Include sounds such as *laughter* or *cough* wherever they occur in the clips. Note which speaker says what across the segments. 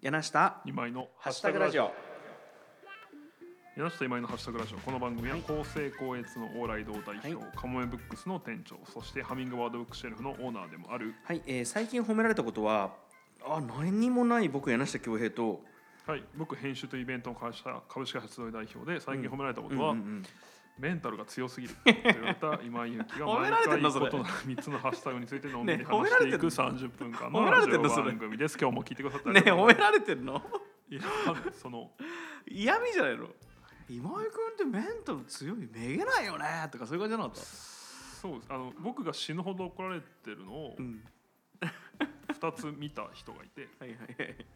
Speaker 1: 柳下
Speaker 2: 今井の
Speaker 1: ハッシュタグラジオ
Speaker 2: 柳下今井のハッシュタグラジオこの番組は厚生高越の往来堂代表、
Speaker 1: はい
Speaker 2: カモメブックスの店長そしてハミングワードブックシェルフのオーナーでもある
Speaker 1: はい、えー最近褒められたことはあ何にもない僕柳下恭平と
Speaker 2: はい僕編集とイベントの会社株式会社集代表で最近褒められたことは、
Speaker 1: うんうんうん
Speaker 2: メンタルが強
Speaker 1: *laughs*
Speaker 2: すぎると言われた今井由紀が
Speaker 1: 褒め
Speaker 2: 毎
Speaker 1: られて
Speaker 2: 回
Speaker 1: ん
Speaker 2: 異
Speaker 1: の
Speaker 2: な
Speaker 1: それ
Speaker 2: る3つの *laughs* ハッシュタグについてのんび
Speaker 1: ね
Speaker 2: り
Speaker 1: 褒め
Speaker 2: 話
Speaker 1: られ
Speaker 2: して
Speaker 1: てん
Speaker 2: い
Speaker 1: の
Speaker 2: く30分間
Speaker 1: 褒
Speaker 2: の
Speaker 1: められ
Speaker 2: ラジ
Speaker 1: てん
Speaker 2: オ
Speaker 1: のそれ
Speaker 2: 番組です今日も聞いてくださってあり
Speaker 1: ね
Speaker 2: がと
Speaker 1: 褒
Speaker 2: うござ
Speaker 1: め
Speaker 2: いま
Speaker 1: られてんの
Speaker 2: すいやその
Speaker 1: 嫌味じゃないの今井君ってメンタル強いめげないよねとかそういう感じじゃなかった、
Speaker 2: そうですあの僕が死ぬほど怒られてるのを
Speaker 1: うん、
Speaker 2: 2つ見た人がいて
Speaker 1: はいはいはい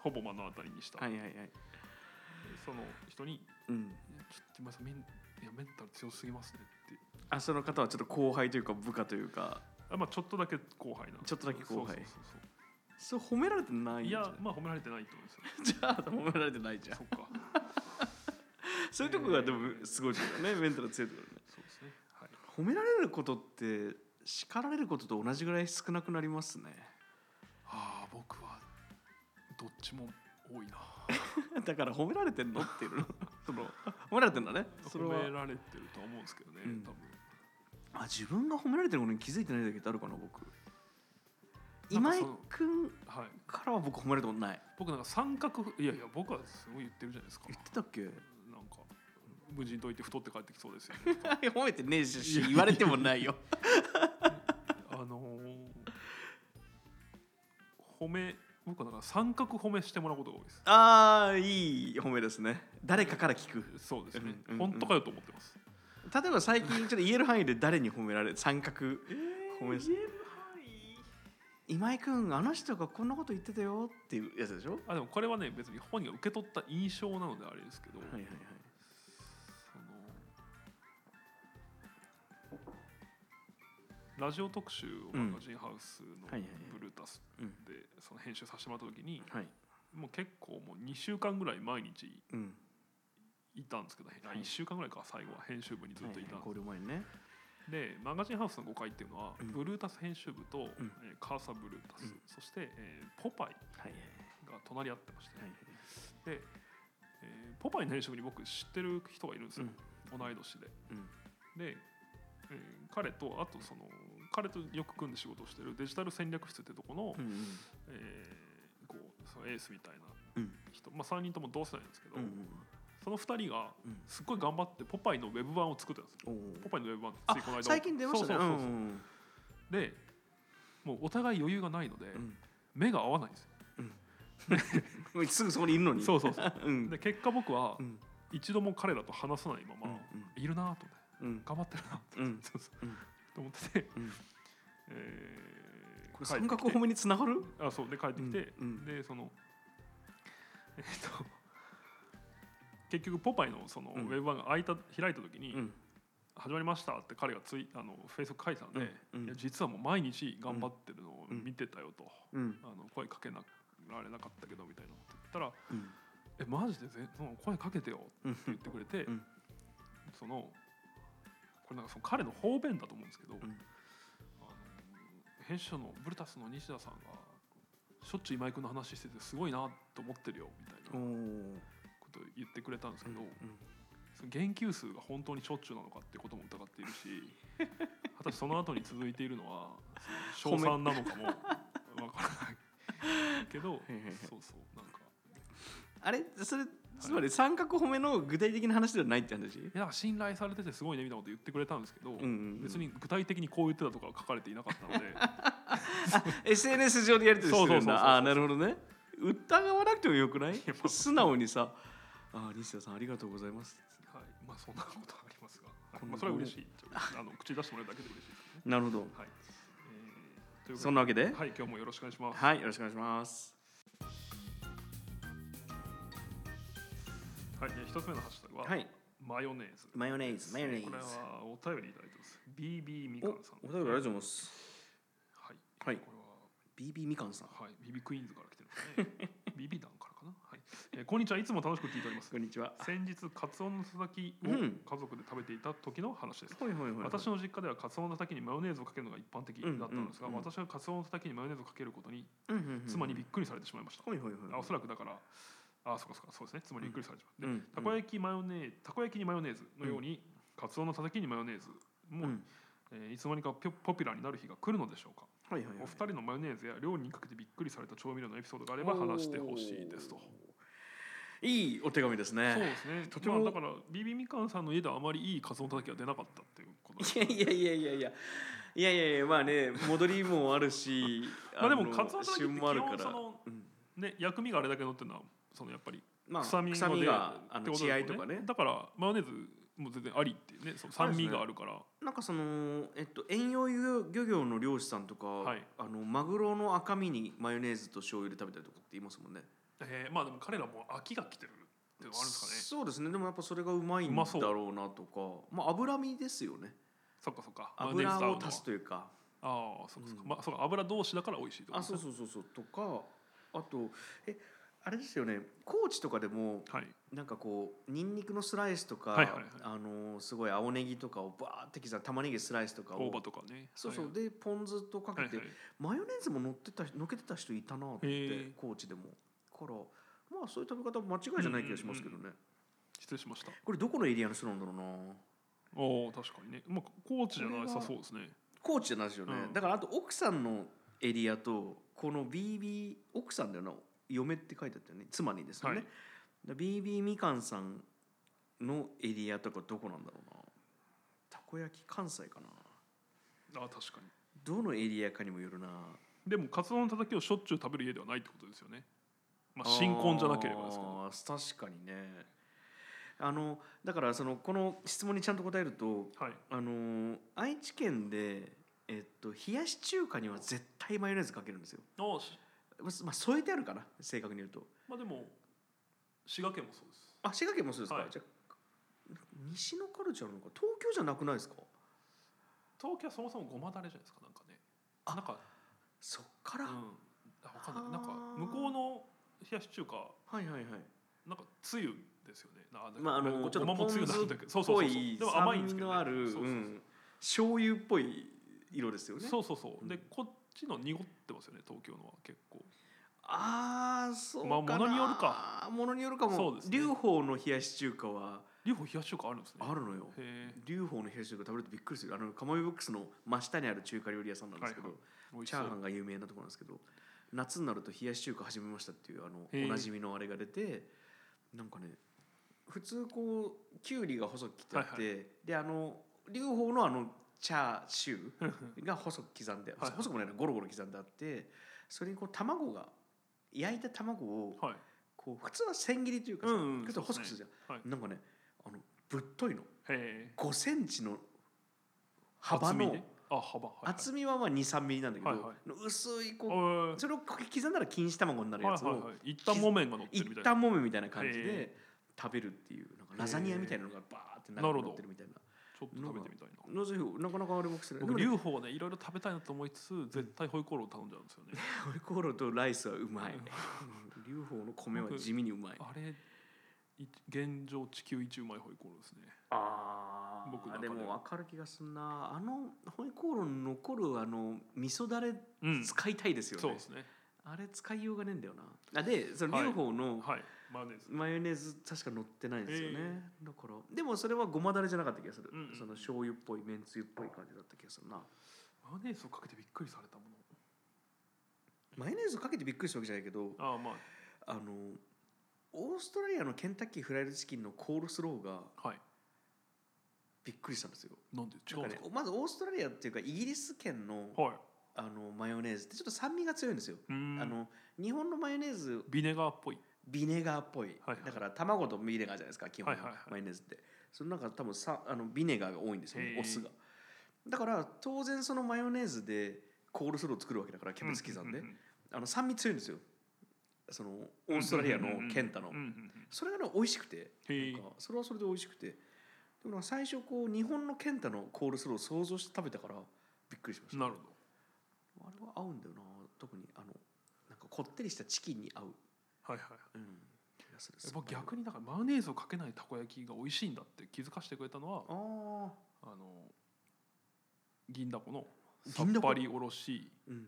Speaker 2: ほぼ目の当たりにした、
Speaker 1: はいはいはい
Speaker 2: その人に
Speaker 1: うん
Speaker 2: 「ちょっと今井さんメンいやメンタル強すぎますね」って
Speaker 1: あその方はちょっと後輩というか部下というか
Speaker 2: あまあちょっとだけ後輩な
Speaker 1: ちょっとだけ後輩
Speaker 2: そうそうそうそ
Speaker 1: そう褒められてな
Speaker 2: う
Speaker 1: いん
Speaker 2: い
Speaker 1: じゃ
Speaker 2: や
Speaker 1: ない
Speaker 2: まあ褒められてないと思うんですよ
Speaker 1: じゃあ褒められてないじゃん
Speaker 2: そっか
Speaker 1: そういうとこがでもすごいですよねメンタル強いところね
Speaker 2: そうですねはい
Speaker 1: 褒められることって叱られることと同じぐらい少なくなりますね
Speaker 2: ああ僕はどっちも多い *laughs* な
Speaker 1: *laughs* だから褒められてんのっていうの *laughs* その褒められてんだねそれ
Speaker 2: 褒
Speaker 1: は
Speaker 2: められてるとは思うんですけどね、
Speaker 1: うん
Speaker 2: 多分
Speaker 1: あ自分が褒められてることに気づいてないだけってあるかな僕
Speaker 2: なんか
Speaker 1: 今井
Speaker 2: その
Speaker 1: 君
Speaker 2: はい
Speaker 1: からは僕褒められたことない
Speaker 2: 僕なんか三角いやいや僕はすごい言ってるじゃないですか
Speaker 1: 言ってたっけ
Speaker 2: なんか無事にといて太って帰ってきそうです *laughs* よね
Speaker 1: *laughs* 褒めてねえし言われてもないよ
Speaker 2: あのー褒め僕はなんか三角褒めしてもらうことが多いです
Speaker 1: *laughs* ああいい褒めですね誰かから聞く
Speaker 2: そうですね、
Speaker 1: うんうんうん
Speaker 2: 本当かよと思ってます、
Speaker 1: 例えば最近ちょっと言える範囲で誰に褒められ三角ー褒め言今井君あの人がこんなこと言ってたよっていうやつでしょは
Speaker 2: あでもこれはね別に本人が受け取った印象なのであれですけど、
Speaker 1: いはいはい
Speaker 2: そのラジオ特集をマガジンハウスの
Speaker 1: はいはいはい
Speaker 2: ブルータス
Speaker 1: うん
Speaker 2: でその編集させてもらった時に
Speaker 1: はい
Speaker 2: もう結構もう2週間ぐらい毎日
Speaker 1: うん
Speaker 2: いたんですけど
Speaker 1: はい
Speaker 2: 1週間ぐらいか最後は編集部にずっといたん
Speaker 1: はい
Speaker 2: で
Speaker 1: 交流前にね
Speaker 2: すでマガジンハウスの5階っていうのは
Speaker 1: うん
Speaker 2: ブルータス編集部と
Speaker 1: うん
Speaker 2: えーカーサブルータス
Speaker 1: うん
Speaker 2: そしてえーポパイ
Speaker 1: はいはい
Speaker 2: が隣り合ってまして
Speaker 1: はい
Speaker 2: でえーポパイの編集部に僕知ってる人がいるんですよ同い年で。
Speaker 1: うん
Speaker 2: で、えー彼とあとその彼とよく組んで仕事をしてるデジタル戦略室ってとこの,、
Speaker 1: うんうん
Speaker 2: えーこうそのエースみたいな
Speaker 1: うん
Speaker 2: 人、まあ、3人とも同世代なんですけど、
Speaker 1: うんうん
Speaker 2: その2人が
Speaker 1: うん
Speaker 2: すっごい頑張ってポパイのウェブ版を作ってたんですよ。
Speaker 1: おー
Speaker 2: ポパイのウェブ版って
Speaker 1: あ
Speaker 2: ついこの間
Speaker 1: 最近出ましたね
Speaker 2: そうそうそう
Speaker 1: う
Speaker 2: そうんでもうお互い余裕がないので、
Speaker 1: うん
Speaker 2: 目が合わないんですよ。
Speaker 1: うんすぐそこにいるのに
Speaker 2: そうそうそう
Speaker 1: うん
Speaker 2: で結果僕は
Speaker 1: うん
Speaker 2: 一度も彼らと話さないまま、いるなぁと思って
Speaker 1: うん
Speaker 2: 頑張ってるなぁと
Speaker 1: う
Speaker 2: 思
Speaker 1: ん
Speaker 2: ってそうそ
Speaker 1: う
Speaker 2: う
Speaker 1: ん
Speaker 2: と思ってて、
Speaker 1: うん
Speaker 2: *laughs* えー
Speaker 1: これ
Speaker 2: 帰って
Speaker 1: 三
Speaker 2: きて
Speaker 1: 角褒めにつながる
Speaker 2: あそうで帰ってきて、
Speaker 1: うんうん
Speaker 2: でその *laughs* えっと結局ポパイのそのウ
Speaker 1: うん
Speaker 2: ェブ版が開いた開いた時に
Speaker 1: うん
Speaker 2: 「始まりました」って彼がツイあのフェイス書いてたんで、
Speaker 1: うん
Speaker 2: いや実はもう毎日頑張ってるのを見てたよと、
Speaker 1: うん
Speaker 2: あの声かけなられなかったけどみたいなこと言ったら
Speaker 1: うん
Speaker 2: 「えマジでぜその声かけてよ」って
Speaker 1: うん
Speaker 2: 言ってくれて、
Speaker 1: うん
Speaker 2: そのこれなんかその彼の方便だと思うんですけど、
Speaker 1: ん
Speaker 2: あの編集者のブルタスの西田さんがしょっちゅう今井君の話しててすごいなと思ってるよみたい
Speaker 1: おーう
Speaker 2: なんことを言ってくれたんですけど、
Speaker 1: うん
Speaker 2: その言及数が本当にしょっちゅうなのかっていうことも疑っているし
Speaker 1: *laughs*
Speaker 2: 果たしてその後に続いているのはそ
Speaker 1: 褒め
Speaker 2: の称賛なのかもわからないけど
Speaker 1: いはいはい
Speaker 2: そうそうなんか
Speaker 1: あれそれつまり三角褒めの具体的な話ではないって *laughs* 話
Speaker 2: いやなんか信頼されててすごいねみたいなこと言ってくれたんですけど、
Speaker 1: うんうんうん
Speaker 2: 別に具体的にこう言ってたとかは書かれていなかったの
Speaker 1: *laughs*
Speaker 2: で
Speaker 1: SNS 上でやり取りしてるん
Speaker 2: そうそうそうそうそう
Speaker 1: だあーなるほどね疑わなくてもよくない
Speaker 2: やまあ
Speaker 1: 素直にさ「あー西田さんありがとうございます
Speaker 2: はい、まあそんなことはあります
Speaker 1: *laughs*
Speaker 2: が、
Speaker 1: こんな
Speaker 2: まあ、それは嬉しい
Speaker 1: *laughs*
Speaker 2: あの口出してもらえるだけで嬉しいですね」
Speaker 1: なるほど
Speaker 2: はい、えー、ということで
Speaker 1: そんなわけで
Speaker 2: はい今日もよろしくお願いします、
Speaker 1: はいよろしくお願いします
Speaker 2: はい、で一つ目のハッシュタグは、
Speaker 1: はい
Speaker 2: マヨネーズ
Speaker 1: マヨネーズマヨネーズ
Speaker 2: これはお便りいただいてます。BB み
Speaker 1: お
Speaker 2: かんさん。
Speaker 1: お便りありがとうござ
Speaker 2: う
Speaker 1: います
Speaker 2: はい。
Speaker 1: はい
Speaker 2: これ
Speaker 1: BB みかんさん
Speaker 2: は、はい。BB クイーンズから来てるんですね。BB 団からかな。はい。えーこんにちはいつも楽しく聞いております
Speaker 1: こんにちは。
Speaker 2: 先日カツオのたたき
Speaker 1: う
Speaker 2: を
Speaker 1: ん
Speaker 2: 家族で食べていた時の話です、
Speaker 1: ほいほいほいほい。
Speaker 2: 私の実家ではカツオのたたきにマヨネーズをかけるのが一般的だったのですが、
Speaker 1: うんうんうん
Speaker 2: 私はカツオのたたきにマヨネーズをかけることに
Speaker 1: うんうんうん
Speaker 2: 妻にびっくりされてしまいました、
Speaker 1: ほいほいほい。
Speaker 2: あおそらくだからあそうかそうかそうですね妻にびっくりされてしまって、
Speaker 1: うん
Speaker 2: たこ焼きマヨネーたこ焼きにマヨネーズのように、カツオのたたきにマヨネーズも、
Speaker 1: うん
Speaker 2: えーいつの間にかピョポピュラーになる日が来るのでしょうか
Speaker 1: はいはいはい。
Speaker 2: お二人のマヨネーズや料理にかけてびっくりされた調味料のエピソードがあれば話してほしいですと。
Speaker 1: おー。いいお手紙ですね。
Speaker 2: そうですね
Speaker 1: と。て
Speaker 2: まあ
Speaker 1: も
Speaker 2: だからビビみかんさんの家ではあまりいいカツオのたたきは出なかったっていうことですね。
Speaker 1: いやいやいやいやいやいやいやいやまあね戻りもあるし
Speaker 2: *laughs* まあでも
Speaker 1: の
Speaker 2: カツオのたたきって
Speaker 1: 旬もあるから
Speaker 2: 基本その
Speaker 1: うん
Speaker 2: ね薬味があれだけ乗ってるのはそのやっぱり
Speaker 1: まあ、
Speaker 2: 臭み
Speaker 1: 臭
Speaker 2: も
Speaker 1: み
Speaker 2: 出る
Speaker 1: があ
Speaker 2: って
Speaker 1: の
Speaker 2: こと
Speaker 1: 血
Speaker 2: だ
Speaker 1: 合
Speaker 2: よ
Speaker 1: いとかね
Speaker 2: だからマヨネーズも全然ありっていうねその酸味があるから、
Speaker 1: なんかその、えっと、遠洋漁漁業の漁師さんとか、
Speaker 2: はい
Speaker 1: あのマグロの赤身にマヨネーズと醤油で食べたりとかって言いますもんね
Speaker 2: えーまあでも彼らもう秋が来てるっていうのはあるんですかね。
Speaker 1: そうですねでもやっぱそれがうまい
Speaker 2: うん
Speaker 1: だ
Speaker 2: まそう
Speaker 1: ろうなとかまあ脂身ですよね
Speaker 2: そっかそっか。マヨネーズと
Speaker 1: 油
Speaker 2: 合う
Speaker 1: を
Speaker 2: のは
Speaker 1: 足すというか
Speaker 2: ああそっかそっか。
Speaker 1: うん
Speaker 2: まあそうか油同士だから美味しいってこと
Speaker 1: あ
Speaker 2: です
Speaker 1: そう
Speaker 2: ね。
Speaker 1: そうそうそうとかあとえあれですよね高知とかでも
Speaker 2: はい。
Speaker 1: なんかこうニンニクのスライスとか、
Speaker 2: はいはいはい
Speaker 1: あのーすごい青ネギとかをバーって刻んだ玉ねぎスライスとか
Speaker 2: 大葉
Speaker 1: を
Speaker 2: とかね。
Speaker 1: そうそう
Speaker 2: はい
Speaker 1: でポン酢とかけ
Speaker 2: はい
Speaker 1: て、
Speaker 2: はい
Speaker 1: マヨネーズも乗ってたのけてた人いたなっ
Speaker 2: へ
Speaker 1: て
Speaker 2: ー
Speaker 1: 高知でもからまあそういう食べ方間違いじゃない気がしますけどね、
Speaker 2: 失礼しました。
Speaker 1: これどこのエリアの人なんだろうな
Speaker 2: おお確かにね。まあ高知じゃないさそうですね。
Speaker 1: 高知じゃないですよね、
Speaker 2: うん
Speaker 1: だからあと奥さんのエリアとこの BB 奥さんだよな嫁って書いてあったよね妻にですよね、
Speaker 2: はい
Speaker 1: だ BB みかんさんのエリアとかどこなんだろうなたこ焼き関西かな
Speaker 2: あー確かに。
Speaker 1: どのエリアかにもよるな
Speaker 2: でもカツオのたたきをしょっちゅう食べる家ではないってことですよね。まあ新婚じゃなければですけど。
Speaker 1: あー確かにねあのだからそのこの質問にちゃんと答えると
Speaker 2: はい。
Speaker 1: あのー愛知県でえっと冷やし中華には絶対マヨネーズかけるんですよ
Speaker 2: ああし
Speaker 1: まあまあ添えてあるかな正確に言うと
Speaker 2: まあでも滋賀県もそうです。
Speaker 1: あ滋賀県もそうですか、
Speaker 2: はい
Speaker 1: じゃあ西のカルチャーなのか東京じゃなくないですか
Speaker 2: 東京はそもそもごまだれじゃないですかなんかね。
Speaker 1: あ
Speaker 2: なんか
Speaker 1: そっか
Speaker 2: う
Speaker 1: ら、
Speaker 2: ん。あわかんない。なんか
Speaker 1: あー
Speaker 2: 向こうの冷やし中華
Speaker 1: はいはいはい
Speaker 2: なんかつゆですよね。ななんか
Speaker 1: まああの
Speaker 2: ご
Speaker 1: ちょっと
Speaker 2: ごまもつゆなんだけど、そうそうそうそう。でも甘いんですけど、ね。
Speaker 1: 酸味のある
Speaker 2: そうそうそう
Speaker 1: うん醤油っぽい色ですよね
Speaker 2: そうそうそう
Speaker 1: うん
Speaker 2: でこっちの濁ってますよね東京のは結構
Speaker 1: ああそうか
Speaker 2: ま
Speaker 1: な、
Speaker 2: あ物によるか
Speaker 1: ものによるかも
Speaker 2: そうですね
Speaker 1: 劉邦の冷やし中華は
Speaker 2: 両方冷やし中華あるんですね
Speaker 1: あるのよ
Speaker 2: へえ
Speaker 1: 劉邦の冷やし中華食べるとびっくりするあのカモイブックスの真下にある中華料理屋さんなんですけど、
Speaker 2: はい美味し
Speaker 1: チ
Speaker 2: そ
Speaker 1: ャ
Speaker 2: う
Speaker 1: ーハンが有名なところなんですけど夏になると冷やし中華始めましたっていうあの
Speaker 2: へえ
Speaker 1: おなじみのあれが出てなんかね普通こうきゅうりが細く切ってあって、であの劉邦のあのチャーシューが細く刻んで、
Speaker 2: はい
Speaker 1: 細くもないなゴロゴロ刻んであってそれにこう卵が焼いた卵を
Speaker 2: はい
Speaker 1: こう普通は千切りというかさ、
Speaker 2: うんうん
Speaker 1: ちょっと細くするじゃん、
Speaker 2: そうです
Speaker 1: なんかねあのぶっといの
Speaker 2: へえ
Speaker 1: 5センチの幅
Speaker 2: 厚み
Speaker 1: の
Speaker 2: ねあ幅はいはい
Speaker 1: 厚みはまあ23ミリなんだけど、
Speaker 2: はいは
Speaker 1: の薄いこ
Speaker 2: お
Speaker 1: う *laughs* それを刻んだら錦糸卵になるやつ
Speaker 2: はいはい
Speaker 1: を
Speaker 2: はい一旦木綿が乗って
Speaker 1: 一
Speaker 2: るみたいな
Speaker 1: 旦もめみたいな感じ
Speaker 2: へ
Speaker 1: で食べるっていうなんかラザニアみたいなのがバーって長くなってるみたいな
Speaker 2: ちょっと食べてみたいな
Speaker 1: なぜなかなかあれも癖ないで
Speaker 2: 僕
Speaker 1: もね
Speaker 2: 両方はねいろいろ食べたいなと思いつつ絶対ホイコーロー頼んじゃうんですよね
Speaker 1: ホイコーローとライスはうまい
Speaker 2: うん
Speaker 1: 龍鳳の米は地味にうまい
Speaker 2: あれい現状地球一うまいホイコーローですね
Speaker 1: あ
Speaker 2: 僕の
Speaker 1: あ
Speaker 2: 中
Speaker 1: で
Speaker 2: では
Speaker 1: も分かる気がすんなあのホイコーローに残るあの味噌だれ
Speaker 2: うん
Speaker 1: 使いたいですよね、
Speaker 2: そうですね
Speaker 1: あれ使いようがねえんだよなあでその
Speaker 2: はい
Speaker 1: 龍鳳の、
Speaker 2: はいマヨネーズ
Speaker 1: マヨネーズ確か乗ってないんですよね、
Speaker 2: え
Speaker 1: だからでもそれはごまだれじゃなかった気がする、
Speaker 2: うんうん
Speaker 1: その醤油っぽいめんつゆっぽい感じだった気がするな
Speaker 2: マヨネーズをかけてびっくりされたもの
Speaker 1: マヨネーズかけてびっくりしたわけじゃないけど
Speaker 2: ああま
Speaker 1: あのオーストラリアのケンタッキーフライドチキンのコールスローが
Speaker 2: あはい
Speaker 1: びっくりしたんですよ
Speaker 2: なんで違
Speaker 1: な
Speaker 2: うんん
Speaker 1: か
Speaker 2: で
Speaker 1: ね
Speaker 2: す
Speaker 1: まずオーストラリアっていうかイギリス圏の
Speaker 2: かはい
Speaker 1: あのマヨネーズってちょっと酸味が強いんですよ、
Speaker 2: うーん
Speaker 1: あの日本のマヨネーズ
Speaker 2: ビネガーっぽい
Speaker 1: ビネガーっぽい、
Speaker 2: はいはい
Speaker 1: だから卵とビネガーじゃないですか基本
Speaker 2: はいはいはい
Speaker 1: マヨネーズって、その中多分さあのビネガーが多いんですよね
Speaker 2: へー
Speaker 1: お酢がだから当然そのマヨネーズでコールスローを作るわけだからキャベツ刻んで、
Speaker 2: ううう
Speaker 1: あの酸味強いんですよそのオーストラリアのケンタの、
Speaker 2: うんうんうん
Speaker 1: それがね美味しくて
Speaker 2: へえ
Speaker 1: なんかそれはそれで美味しくてでもなんか最初こう日本のケンタのコールスローを想像して食べたからびっくりしました
Speaker 2: なるほ
Speaker 1: あれは合うんだよな特にあのなんかこってりしたチキンに合う、
Speaker 2: どはいはい
Speaker 1: うん、する
Speaker 2: やっぱ逆にだからマヨネーズをかけないたこ焼きが美味しいんだって気づかせてくれたのは
Speaker 1: ああ
Speaker 2: あの銀だこのさっ
Speaker 1: 銀だこ
Speaker 2: ぱりおろし
Speaker 1: うん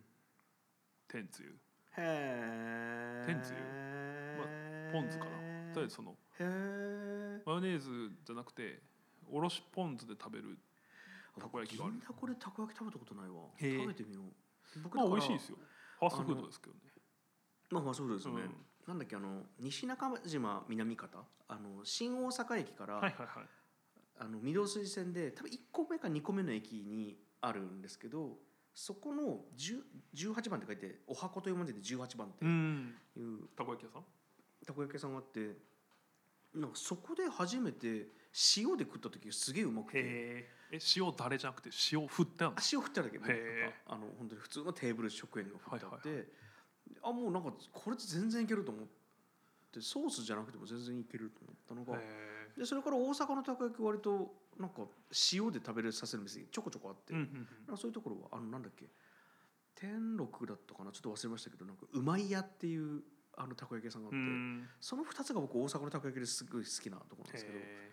Speaker 2: 天つゆ
Speaker 1: へえ
Speaker 2: 天つゆポン酢かなとりあえずその
Speaker 1: へえ
Speaker 2: マヨネーズじゃなくておろしポン酢で食べるたこ焼きがある
Speaker 1: 銀だこでたこ焼き食べたことないわ
Speaker 2: へえ
Speaker 1: 食べてみよう僕
Speaker 2: まあ美味しいですすよファーストフードですけどね
Speaker 1: まあまあそうですよね、
Speaker 2: うん
Speaker 1: なんだっけあの西中島南方あの新大阪駅から、
Speaker 2: はいはいはい
Speaker 1: あの御堂筋線で多分1個目か2個目の駅にあるんですけどそこの10 18番って書いて「お箱」という文字で18番って
Speaker 2: うん
Speaker 1: いう
Speaker 2: たこ焼き屋さん
Speaker 1: たこ焼き屋さんがあってなんかそこで初めて塩で食った時すげえうまくて
Speaker 2: へええ塩だれじゃなくて塩振ってあるの
Speaker 1: 足を振っただけもうなんか
Speaker 2: へえ
Speaker 1: あの本当に普通のテーブル食塩が振ってあって、
Speaker 2: は
Speaker 1: あもうなんかこれ全然いけると思ってソースじゃなくても全然いけると思ったのが、
Speaker 2: へ
Speaker 1: でそれから大阪のたこ焼き割となんか塩で食べれさせる店ちょこちょこあって、
Speaker 2: えうんうんうん
Speaker 1: なんかそういうところはあのなんだっけ天禄だったかなちょっと忘れましたけどなんかうまい屋っていうあのたこ焼き屋さんがあっ
Speaker 2: う
Speaker 1: て、
Speaker 2: ん
Speaker 1: その2つが僕大阪のたこ焼きですごい好きなところなんですけど
Speaker 2: へえ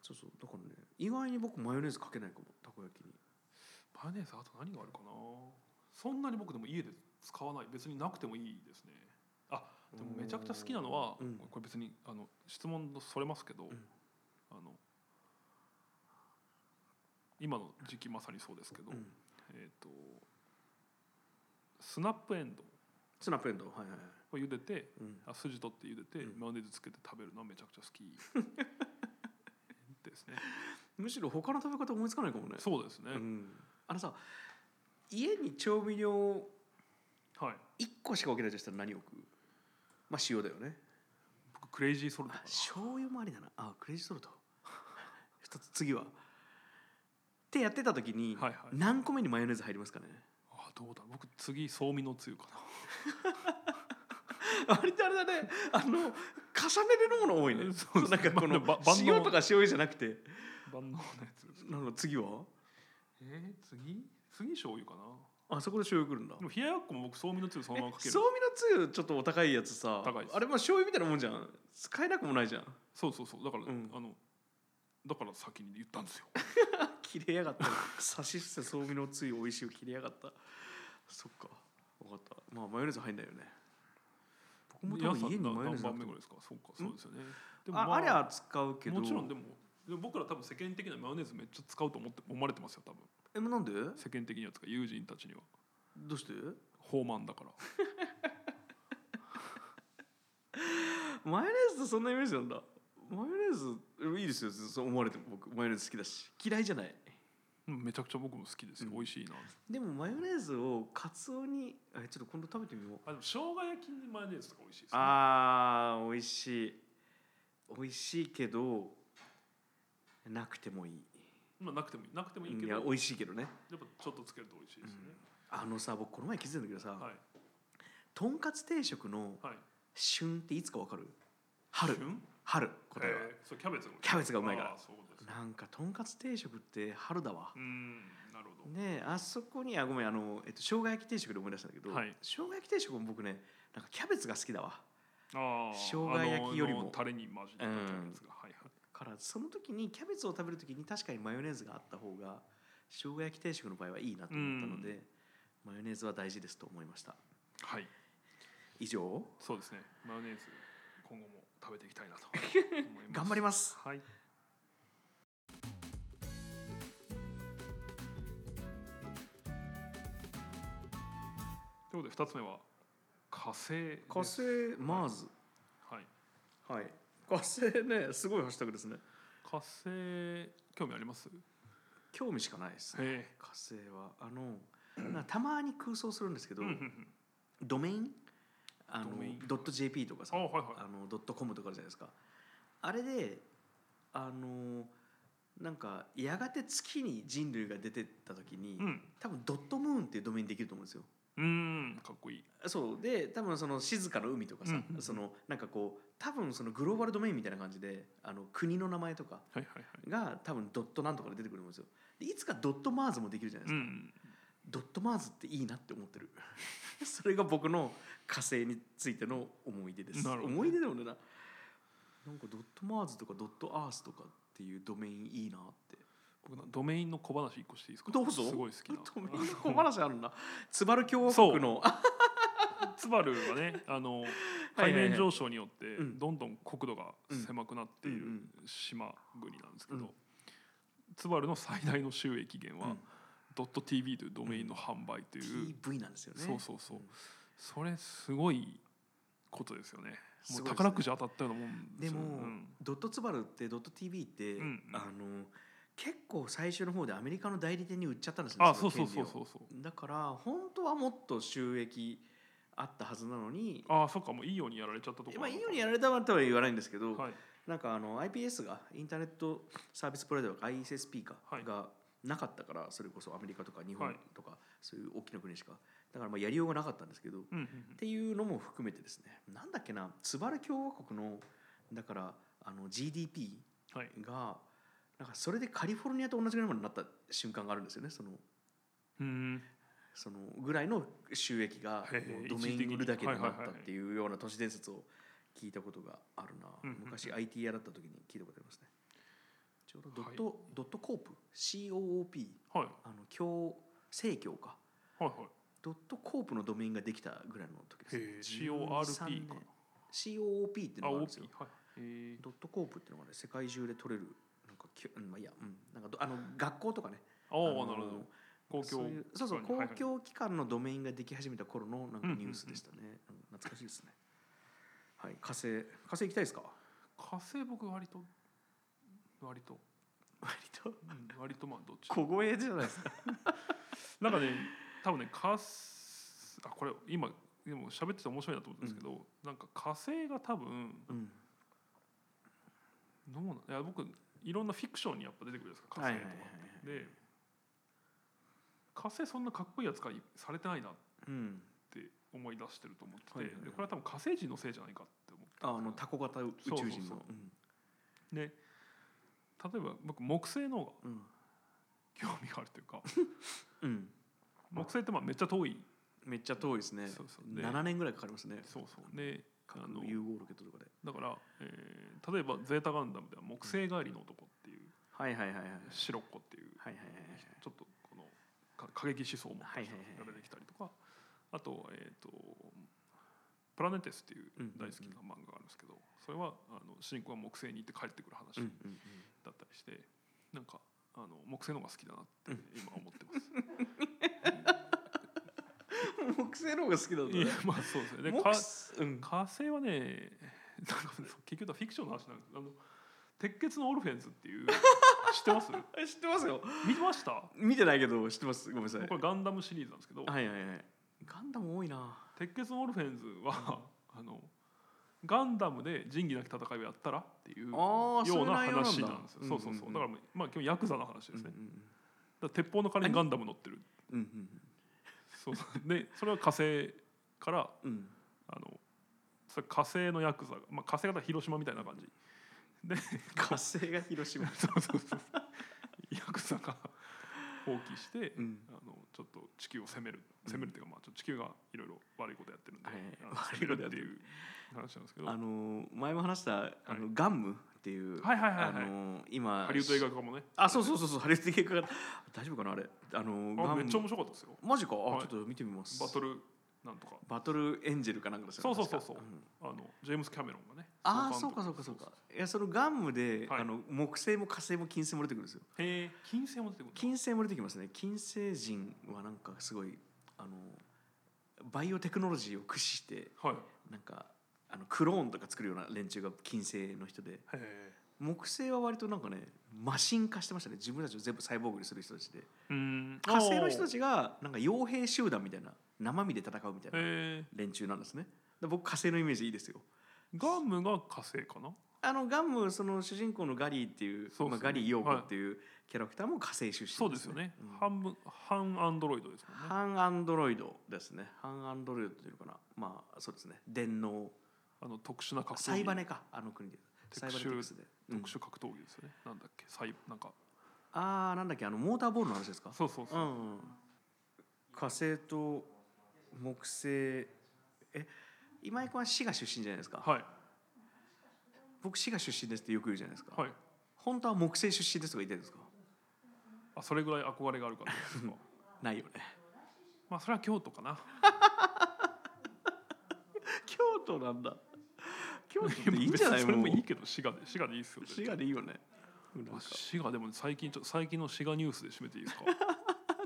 Speaker 1: そうそうだからね意外に僕マヨネーズかけないかもたこ焼きに
Speaker 2: マヨネーズあと何があるかなそんなに僕でも家で使わない別になくてもいいですねあでもめちゃくちゃ好きなのは、
Speaker 1: うん
Speaker 2: これ別にあの質問とそれますけど、
Speaker 1: ん
Speaker 2: あの今の時期まさにそうですけど、
Speaker 1: うん
Speaker 2: えっ、とスナップエンドウ
Speaker 1: スナップエンドウはいはいはい
Speaker 2: を茹でて
Speaker 1: うん
Speaker 2: あ筋取って茹でて、
Speaker 1: うん
Speaker 2: マヨネーズつけて食べるのはめちゃくち
Speaker 1: *laughs*
Speaker 2: ゃ好きですね
Speaker 1: むしろ他の食べ方思いつかないかもね
Speaker 2: そうですね、
Speaker 1: うんあのさ家に調味料
Speaker 2: はい
Speaker 1: 1個しか置けないとしたら何置くまあ塩だよね
Speaker 2: 僕クレイジーソルト
Speaker 1: あ
Speaker 2: かな
Speaker 1: 醤油もありだなあクレイジーソルト *laughs* 一つ次はってやってた時に
Speaker 2: はいはい
Speaker 1: 何個目にマヨネーズ入りますかね
Speaker 2: あどうだろう僕次そうみのつゆかな
Speaker 1: あれってあれだねあの重ねて飲むの多いね
Speaker 2: うんそう
Speaker 1: なんかこの
Speaker 2: ばば万能
Speaker 1: 塩とか醤油じゃなくて
Speaker 2: 万能なやつです
Speaker 1: なんか次は
Speaker 2: えー、次次醤油かな
Speaker 1: あそこで醤油くるんだ
Speaker 2: でも冷ややっこも僕そうみのつゆそのままかけ
Speaker 1: え
Speaker 2: る
Speaker 1: そうみのつゆちょっとお高いやつさ
Speaker 2: 高いです
Speaker 1: あれまあ醤油みたいなもんじゃん使えなくもないじゃん
Speaker 2: そうそうそうだから、
Speaker 1: うん
Speaker 2: あのだから先に言ったんですよ
Speaker 1: 切れやがった差し捨てそうみのつゆ美味しいを切れやがったそっか分かったまあマヨネーズ入んないよね僕も多
Speaker 2: 皆さ
Speaker 1: 分
Speaker 2: ん
Speaker 1: 家に
Speaker 2: な
Speaker 1: マヨネーズ
Speaker 2: 何
Speaker 1: な
Speaker 2: 番
Speaker 1: くて
Speaker 2: 目ぐ
Speaker 1: も
Speaker 2: らいですかそうかそうですよねで
Speaker 1: あありゃ使うけど
Speaker 2: もちろんでもでも僕ら多分世間的にはマヨネーズめっちゃ使うと思って思われてますよ多分
Speaker 1: えなんで
Speaker 2: 世間的にはつうか友人たちには
Speaker 1: どうして
Speaker 2: 放慢だから
Speaker 1: マヨネーズってそんなイメージなんだマヨネーズいいですよそう思われても僕マヨネーズ好きだし嫌いじゃない
Speaker 2: うんめちゃくちゃ僕も好きですよ、
Speaker 1: うん
Speaker 2: 美味しいな
Speaker 1: でもマヨネーズをカツオにあちょっと今度食べてみよう
Speaker 2: あでも生姜焼きにマヨネーズとか美味しいですね
Speaker 1: あー美味しい美味しいけどなくてもいい
Speaker 2: まあなくてもいいなくてもいいけ
Speaker 1: い
Speaker 2: どや
Speaker 1: や
Speaker 2: っ
Speaker 1: 美味しいけどね
Speaker 2: ぱちょっとつけると美味しいですね、
Speaker 1: あのさ僕この前気づいたんだけどさ、
Speaker 2: はい
Speaker 1: とんかつ定食の
Speaker 2: はい
Speaker 1: 旬っていつかわかる春
Speaker 2: 旬
Speaker 1: 春答えは、
Speaker 2: えーそうキャベツが
Speaker 1: キャベツがうまいから
Speaker 2: あーそうですね
Speaker 1: なんかとんかつ定食って春だわ
Speaker 2: うーんなるほど
Speaker 1: ねえあそこにあごめんあの、えっと、生姜焼き定食で思い出したんだけど、
Speaker 2: はい
Speaker 1: 生姜焼き定食も僕ねなんかキャベツが好きだわ
Speaker 2: あー
Speaker 1: 生姜焼きよりも
Speaker 2: あのタレに混じったキャベツが、はいはい
Speaker 1: からその時にキャベツを食べる時に確かにマヨネーズがあった方が生姜焼き定食の場合はいいなと思ったので、マヨネーズは大事ですと思いました
Speaker 2: はい
Speaker 1: 以上
Speaker 2: そうですねマヨネーズ今後も食べていきたいなと思いま
Speaker 1: *laughs*
Speaker 2: す
Speaker 1: 頑張ります
Speaker 2: はいということで二つ目は火星です
Speaker 1: 火星マーズ
Speaker 2: はい
Speaker 1: はい火星ねすごいハッシュタグですね
Speaker 2: 火星興味あります
Speaker 1: 興味しかないですね
Speaker 2: え
Speaker 1: 火星はあのなんかたまに空想するんですけ
Speaker 2: え
Speaker 1: ど、
Speaker 2: うんうんうん
Speaker 1: ドメインあの
Speaker 2: ドメイン
Speaker 1: ドット .jp とかさ
Speaker 2: あはいはい
Speaker 1: あのドットコムとかあるじゃないですかあれであのなんかやがて月に人類が出てった時に、
Speaker 2: うん
Speaker 1: 多分ドットムーンっていうドメインできると思うんですよ
Speaker 2: うーんかっこいい
Speaker 1: そうで多分その静かの海とかさ、
Speaker 2: うんうんうん
Speaker 1: そのなんかこう多分そのグローバルドメインみたいな感じであの国の名前とか
Speaker 2: はいはいはい
Speaker 1: が多分ドットなんとかで出てくると思うんですよでいつかドットマーズもできるじゃないで
Speaker 2: う
Speaker 1: すか、
Speaker 2: ん
Speaker 1: ドットマーズっていいなって思ってる *laughs* それが僕の火星についての思い出です
Speaker 2: なるほど
Speaker 1: 思い出でもねななんかドットマーズとかドットアースとかっていうドメインいいなって
Speaker 2: 僕のドメインの小話一個していいですか
Speaker 1: どうぞ
Speaker 2: すごい好きな
Speaker 1: ドメインの小話あるな津軽共和国のあ
Speaker 2: ツバルは *laughs* ねあ
Speaker 1: は
Speaker 2: の
Speaker 1: いはい
Speaker 2: 海
Speaker 1: はい
Speaker 2: 面上昇によって
Speaker 1: うん
Speaker 2: どんどん国土が狭くなって
Speaker 1: うん
Speaker 2: い
Speaker 1: う
Speaker 2: る
Speaker 1: ん
Speaker 2: 島国なんですけ
Speaker 1: う
Speaker 2: ど
Speaker 1: ん
Speaker 2: ツバルの最大の収益源
Speaker 1: う
Speaker 2: は
Speaker 1: ん
Speaker 2: ドット .tv というドメインの販売という
Speaker 1: TV なんですよね
Speaker 2: そうそうそう
Speaker 1: うん
Speaker 2: それすごいことですよねも
Speaker 1: す
Speaker 2: う
Speaker 1: ごいですね
Speaker 2: 宝くじ当たったようなもん
Speaker 1: です
Speaker 2: よ
Speaker 1: も、
Speaker 2: うん
Speaker 1: ドットツバルってドット TV って、
Speaker 2: うんうん
Speaker 1: あの結構最初の方でアメリカの代理店に売っちゃったんですよね
Speaker 2: あそう
Speaker 1: の
Speaker 2: そ
Speaker 1: 権
Speaker 2: う
Speaker 1: 利
Speaker 2: そ
Speaker 1: を
Speaker 2: うそうそう
Speaker 1: だから本当はもっと収益あったはずなのに
Speaker 2: あそっかもういいようにやられちゃったとこ
Speaker 1: まあいいようにや
Speaker 2: ら
Speaker 1: られたとは言わないんですけど、
Speaker 2: はい
Speaker 1: なんかあの IPS がインターネットサービスプロバイダーが ISSP か、
Speaker 2: はい
Speaker 1: がなかったからそれこそアメリカとか日本
Speaker 2: はい
Speaker 1: とか、そういう大きな国しかだからまあやりようがなかったんですけどっ
Speaker 2: うんうんうん
Speaker 1: ていうのも含めてですねなんだっけな津軽共和国のだからあの GDP
Speaker 2: はい
Speaker 1: がなんかそれでカリフォルニアと同じぐらいまでになった瞬間があるんですよねその
Speaker 2: うん
Speaker 1: そのぐらいの収益が
Speaker 2: へえ
Speaker 1: もうドメイン売るだけで
Speaker 2: 一時的に
Speaker 1: なったっていうような都市伝説を聞いたことがあるな、
Speaker 2: うんうんうん
Speaker 1: 昔 IT やだった時に聞いたことありますねちょうどドット、
Speaker 2: は
Speaker 1: ドットコープ COOP
Speaker 2: はい
Speaker 1: あの教正教か
Speaker 2: はい
Speaker 1: ドットコープのドメインができたぐらいの時です、
Speaker 2: へえ CORP かな
Speaker 1: COOP っていう
Speaker 2: あ
Speaker 1: のがあるん
Speaker 2: OP
Speaker 1: ですよ
Speaker 2: はいえー
Speaker 1: ドットコープっていうのがね世界中で取れるなんかきゅうんまあいいやうんなんかどあの学校とかね
Speaker 2: ああ
Speaker 1: あの
Speaker 2: なるほど公
Speaker 1: そう
Speaker 2: 共
Speaker 1: いうそうそう
Speaker 2: 機
Speaker 1: 公
Speaker 2: 関にはいはい
Speaker 1: 共機関のドメインができ始めた頃のなんか
Speaker 2: うんうんうん
Speaker 1: ニュースでしたね、うん懐かしいですねはい火星火星行きたいですか
Speaker 2: 火星僕割と
Speaker 1: *laughs*
Speaker 2: 割と、
Speaker 1: 割と
Speaker 2: うん、割とまあどっち
Speaker 1: 小声じゃないですか
Speaker 2: なんかね多分ね火星あこれ今でも喋ってて面白いなと思ったんですけど、なんか火星が多分
Speaker 1: うん
Speaker 2: どうなんいや僕いろんなフィクションにやっぱ出てくるじゃ
Speaker 1: は
Speaker 2: ないい
Speaker 1: は
Speaker 2: で
Speaker 1: い
Speaker 2: す
Speaker 1: はい
Speaker 2: か火星とかって、で火星そんなかっこいいやつからされてないなっ
Speaker 1: うん
Speaker 2: て思い出してると思ってて、
Speaker 1: はいはいはい
Speaker 2: でこれは多分火星人のせいじゃないかって思って
Speaker 1: ああのタコ型宇宙人の
Speaker 2: そうそうそう
Speaker 1: うん
Speaker 2: で例えば僕木星の方が
Speaker 1: うん
Speaker 2: 興味があるという
Speaker 1: *laughs*
Speaker 2: か
Speaker 1: うん
Speaker 2: 木星ってまあめっちゃ遠い
Speaker 1: めっちゃ遠いですね
Speaker 2: そうそうで
Speaker 1: 7年ぐらいかかりますね
Speaker 2: そうそうであ
Speaker 1: 核
Speaker 2: の
Speaker 1: の融合ロケットとかで
Speaker 2: だから、えー例えば「ゼータ・ガンダム」では木星帰りの男っていう
Speaker 1: はいはいはいはいはい
Speaker 2: 白っ子っていう
Speaker 1: はいはい
Speaker 2: ちょっとこのか過激思想を持った人
Speaker 1: はいはいはい
Speaker 2: が出てきたりとかあと,、えー、と「プラネテス」っていう
Speaker 1: うんうんうん
Speaker 2: 大好きな漫画があるんですけどそれはあの主人公が木星に行って帰ってくる話
Speaker 1: うん
Speaker 2: だ
Speaker 1: うん
Speaker 2: ったりしてなんかあの木星の方が好きだなって今思っ
Speaker 1: *laughs*
Speaker 2: てます。
Speaker 1: うん木星の方が好きだと
Speaker 2: いやまあそうですねで
Speaker 1: 木
Speaker 2: か
Speaker 1: 星うん
Speaker 2: 火星はね *laughs* なんか結局はフィクションの話なんですあの鉄血のオルフェン
Speaker 1: *laughs*
Speaker 2: ズっていう知ってます
Speaker 1: え知ってますよ
Speaker 2: 見ましたこ
Speaker 1: 見てないけど知ってますごめんなさい
Speaker 2: れガンダムシリーズなんですけど
Speaker 1: はいはいはいガンダム多いな
Speaker 2: 鉄血のオルフェンズはあのガンダムで仁義なき戦いをやったらっていう
Speaker 1: あー
Speaker 2: ような
Speaker 1: そういう内容なんだ
Speaker 2: 話なんですよそうそう
Speaker 1: うんうん
Speaker 2: そううんだからまあ今日ヤクザの話ですねだから鉄砲の代わりにガンダム乗ってる
Speaker 1: うんうん
Speaker 2: そうそうでそれは火星から
Speaker 1: うん
Speaker 2: *laughs*
Speaker 1: うん
Speaker 2: あのそれ火星のヤクザがまあ火星が広島みたいな感じ *laughs* で
Speaker 1: 火星が広島
Speaker 2: そうそうそうヤクザが放棄して、
Speaker 1: うん
Speaker 2: あのちょっと地球を攻める攻めるっていうか、まあちょっと地球がいろいろ悪いことやってるんで、
Speaker 1: はい *laughs*
Speaker 2: あの
Speaker 1: 悪いことやってる
Speaker 2: 攻めるっていう話なんですけど
Speaker 1: あ
Speaker 2: はい
Speaker 1: の前も話したあのガンムっていう
Speaker 2: はいはい
Speaker 1: あ
Speaker 2: はい、
Speaker 1: の今
Speaker 2: ハリウッド映画化もね
Speaker 1: あそうそうそうそうハリウッド映画が大丈夫かなあれあの
Speaker 2: あ
Speaker 1: ガ
Speaker 2: め
Speaker 1: ン
Speaker 2: っちゃ面白かったですよ
Speaker 1: マジかあ
Speaker 2: はい
Speaker 1: ちょっと見てみます
Speaker 2: バトルなんとか
Speaker 1: バトルエンジェルかなんかですよね
Speaker 2: そうそう
Speaker 1: 確
Speaker 2: そう
Speaker 1: か
Speaker 2: そ
Speaker 1: ん
Speaker 2: あのジェームス・キャメロンがね
Speaker 1: ああ
Speaker 2: の
Speaker 1: そう
Speaker 2: 監督
Speaker 1: かそうかそうかいやそのガンムで
Speaker 2: はい
Speaker 1: あの木星も火星も金星も出てくるんですよ
Speaker 2: へえ金星も出てくる
Speaker 1: 金星も出てきますね金星人はなんかすごいあのバイオテクノロジーを駆使して
Speaker 2: はい
Speaker 1: なんかあのクローンとか作るような連中が金星の人で
Speaker 2: へえ
Speaker 1: 木星は割となんかねマシン化してましたね自分たちを全部サイボーグにする人たちで
Speaker 2: うん
Speaker 1: 火星の人た
Speaker 2: へ
Speaker 1: ちがなんか傭兵集団みたいな生身で戦うみたいな
Speaker 2: え
Speaker 1: 連中なんですねで僕火星のイメージいいですよ
Speaker 2: ガンムが火星かな
Speaker 1: あのガンムその主人公のガリーっていう
Speaker 2: そうそう
Speaker 1: まあ、ガリー陽子っていうキャラクターも火星出身
Speaker 2: そうですよね、
Speaker 1: うん
Speaker 2: 半分半アンドロイドですもんね
Speaker 1: 半アンドロイドですね半アンドロイドというのかなまあそうですね電脳
Speaker 2: あの特殊な格闘技
Speaker 1: サイバネかあの国で
Speaker 2: 特殊
Speaker 1: サイバネティクスで、うん
Speaker 2: 特殊格闘技ですよね、なんだっけサイなんか
Speaker 1: ああなんだっけあのモーターボールの話ですか
Speaker 2: そうそうそう、
Speaker 1: うんうん、火星と木星え今井君は滋賀出身じゃないですか
Speaker 2: はい
Speaker 1: 僕滋賀出身ですってよく言うじゃないですか、
Speaker 2: はい
Speaker 1: 本当は木星出身ですとか言ってるんですか
Speaker 2: あそれぐらい憧れがあるからですか
Speaker 1: ないよね
Speaker 2: まあそれは京都かな
Speaker 1: *laughs* 京都なんだ京都っていいんじゃな
Speaker 2: 別
Speaker 1: い
Speaker 2: にそれ
Speaker 1: も
Speaker 2: も
Speaker 1: う
Speaker 2: いいけど滋賀で滋賀でいいっすよ
Speaker 1: 滋賀でいいよねなんか
Speaker 2: あ滋賀でも最近ちょ最近の滋賀ニュースで締めていいです *laughs* か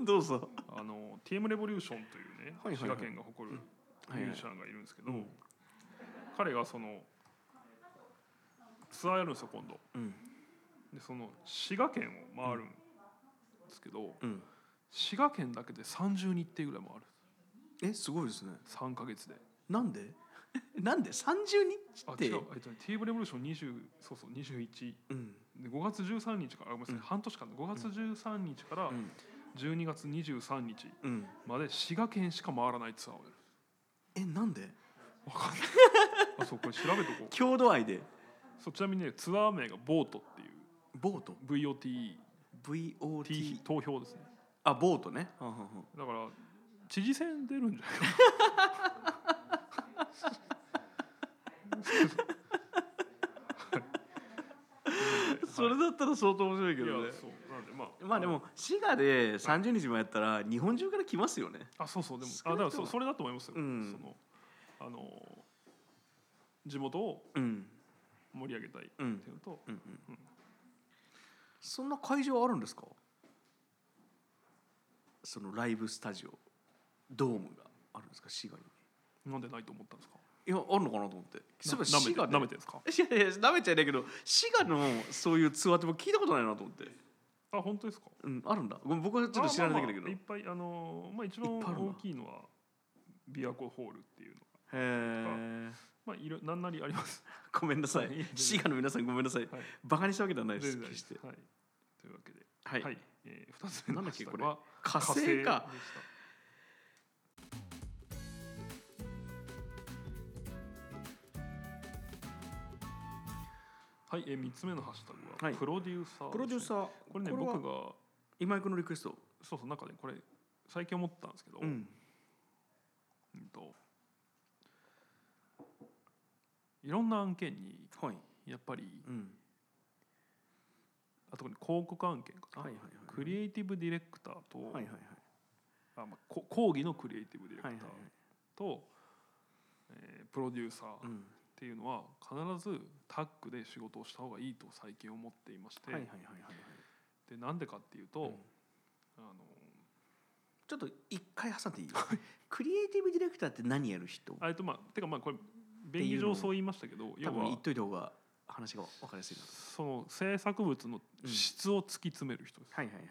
Speaker 1: どうぞ
Speaker 2: あの TM レボリューションというね、
Speaker 1: はいはいはい
Speaker 2: 滋賀県が誇る
Speaker 1: うんはいはい
Speaker 2: ミュージシャンがいるんですけど、彼がそのツアーやるんですよ今度
Speaker 1: うん
Speaker 2: でその滋賀県を回るんですけど、
Speaker 1: うん
Speaker 2: 滋賀県だけで30日程ぐらいもある
Speaker 1: えすごいですね
Speaker 2: 3か月で
Speaker 1: なんで *laughs* なんで30日
Speaker 2: あ
Speaker 1: って
Speaker 2: 違う、えっとね、TM レボリューション20そうそう21
Speaker 1: うん
Speaker 2: で5月13日からあごめんなさい、
Speaker 1: うん
Speaker 2: 半年間で5月13日から
Speaker 1: うん
Speaker 2: 12月23日
Speaker 1: うん
Speaker 2: まで滋賀県しか回らないツアーをやる
Speaker 1: えなんで
Speaker 2: あそうこれ調べとこう *laughs*
Speaker 1: 郷土愛で
Speaker 2: そうちなみにねツアー名がボートっていう
Speaker 1: ボート
Speaker 2: VOTE
Speaker 1: VOT
Speaker 2: 投票ですね
Speaker 1: あボートねはんはんはん
Speaker 2: だから知事選出るんじゃないか
Speaker 1: それだったら相当面白い
Speaker 2: い
Speaker 1: け
Speaker 2: や
Speaker 1: どね
Speaker 2: そうなんでまあ
Speaker 1: まあでも滋賀で30日もやったら日本中から来ますよね
Speaker 2: あそうそうでも
Speaker 1: 少
Speaker 2: あ
Speaker 1: なく
Speaker 2: だから
Speaker 1: と
Speaker 2: そ
Speaker 1: も
Speaker 2: それだと思いますよ、
Speaker 1: うん
Speaker 2: そのあの地元を
Speaker 1: うん
Speaker 2: 盛り上げたいっ
Speaker 1: うん
Speaker 2: ていうのと
Speaker 1: うんうんそんな会場あるんですかそのライブスタジオドームがあるんですか滋賀に
Speaker 2: なんでないと思ったんですか
Speaker 1: いやあるのかなと思ってそういえば
Speaker 2: な舐め
Speaker 1: 滋
Speaker 2: て
Speaker 1: 賀で
Speaker 2: 舐めてんですか
Speaker 1: いやいやなめちゃいないけど滋賀のそういうツアーって僕聞いたことないなと思って
Speaker 2: あ本当ですか
Speaker 1: うんあるんだごめん僕はちょっと知らないだけだけど、
Speaker 2: まあまあまあいっぱいあのまあ一番
Speaker 1: いっぱいあるな
Speaker 2: 大きいのは琵琶湖ホールっていうのが
Speaker 1: へえ
Speaker 2: まあいろなんなりあります
Speaker 1: ごめんなさい
Speaker 2: はい
Speaker 1: 滋賀の皆さんごめんなさい、
Speaker 2: はい
Speaker 1: バカにしたわけではないです
Speaker 2: 全然
Speaker 1: 決して
Speaker 2: はいというわけで
Speaker 1: は、
Speaker 2: はいえー、2つ目の
Speaker 1: なんだ
Speaker 2: ハ
Speaker 1: っ
Speaker 2: ッシ
Speaker 1: け
Speaker 2: ュタ
Speaker 1: こ
Speaker 2: グ
Speaker 1: れ
Speaker 2: は
Speaker 1: 火星か
Speaker 2: 火星でしたはい、えー、3つ目のハッシュタグは、
Speaker 1: はい
Speaker 2: プロデューサー、
Speaker 1: プロデューサー
Speaker 2: ーこれね
Speaker 1: これは
Speaker 2: 僕が
Speaker 1: 今井君のリクエスト
Speaker 2: そうそうなんかねこれ最近思ったんですけど、
Speaker 1: うん
Speaker 2: うんといろんな案件に
Speaker 1: はい
Speaker 2: やっぱり
Speaker 1: うん
Speaker 2: あ特に広告案件かな、
Speaker 1: はいはいはい
Speaker 2: クリエイティブディレクターと、
Speaker 1: はいはいはい
Speaker 2: あまあ、こ講義のクリエイティブディレク
Speaker 1: は
Speaker 2: ター
Speaker 1: いはいはい
Speaker 2: と、えープロデューサーっ
Speaker 1: うん
Speaker 2: ていうのは必ずタッグで仕事をした方がいいと最近思っていまして、
Speaker 1: はいはいはいはいはい
Speaker 2: でなんでかっていうと、
Speaker 1: うん
Speaker 2: あの
Speaker 1: ちょっと一回挟んでいいクリエイティブディレクターって何やる人
Speaker 2: あえっとまあてかまあこれ便宜上そう言いましたけど
Speaker 1: 多
Speaker 2: 要
Speaker 1: 分言
Speaker 2: は
Speaker 1: っといた方が話が分かりやすいなと
Speaker 2: その制作物の質を突き詰める人です。
Speaker 1: はいはいはいはい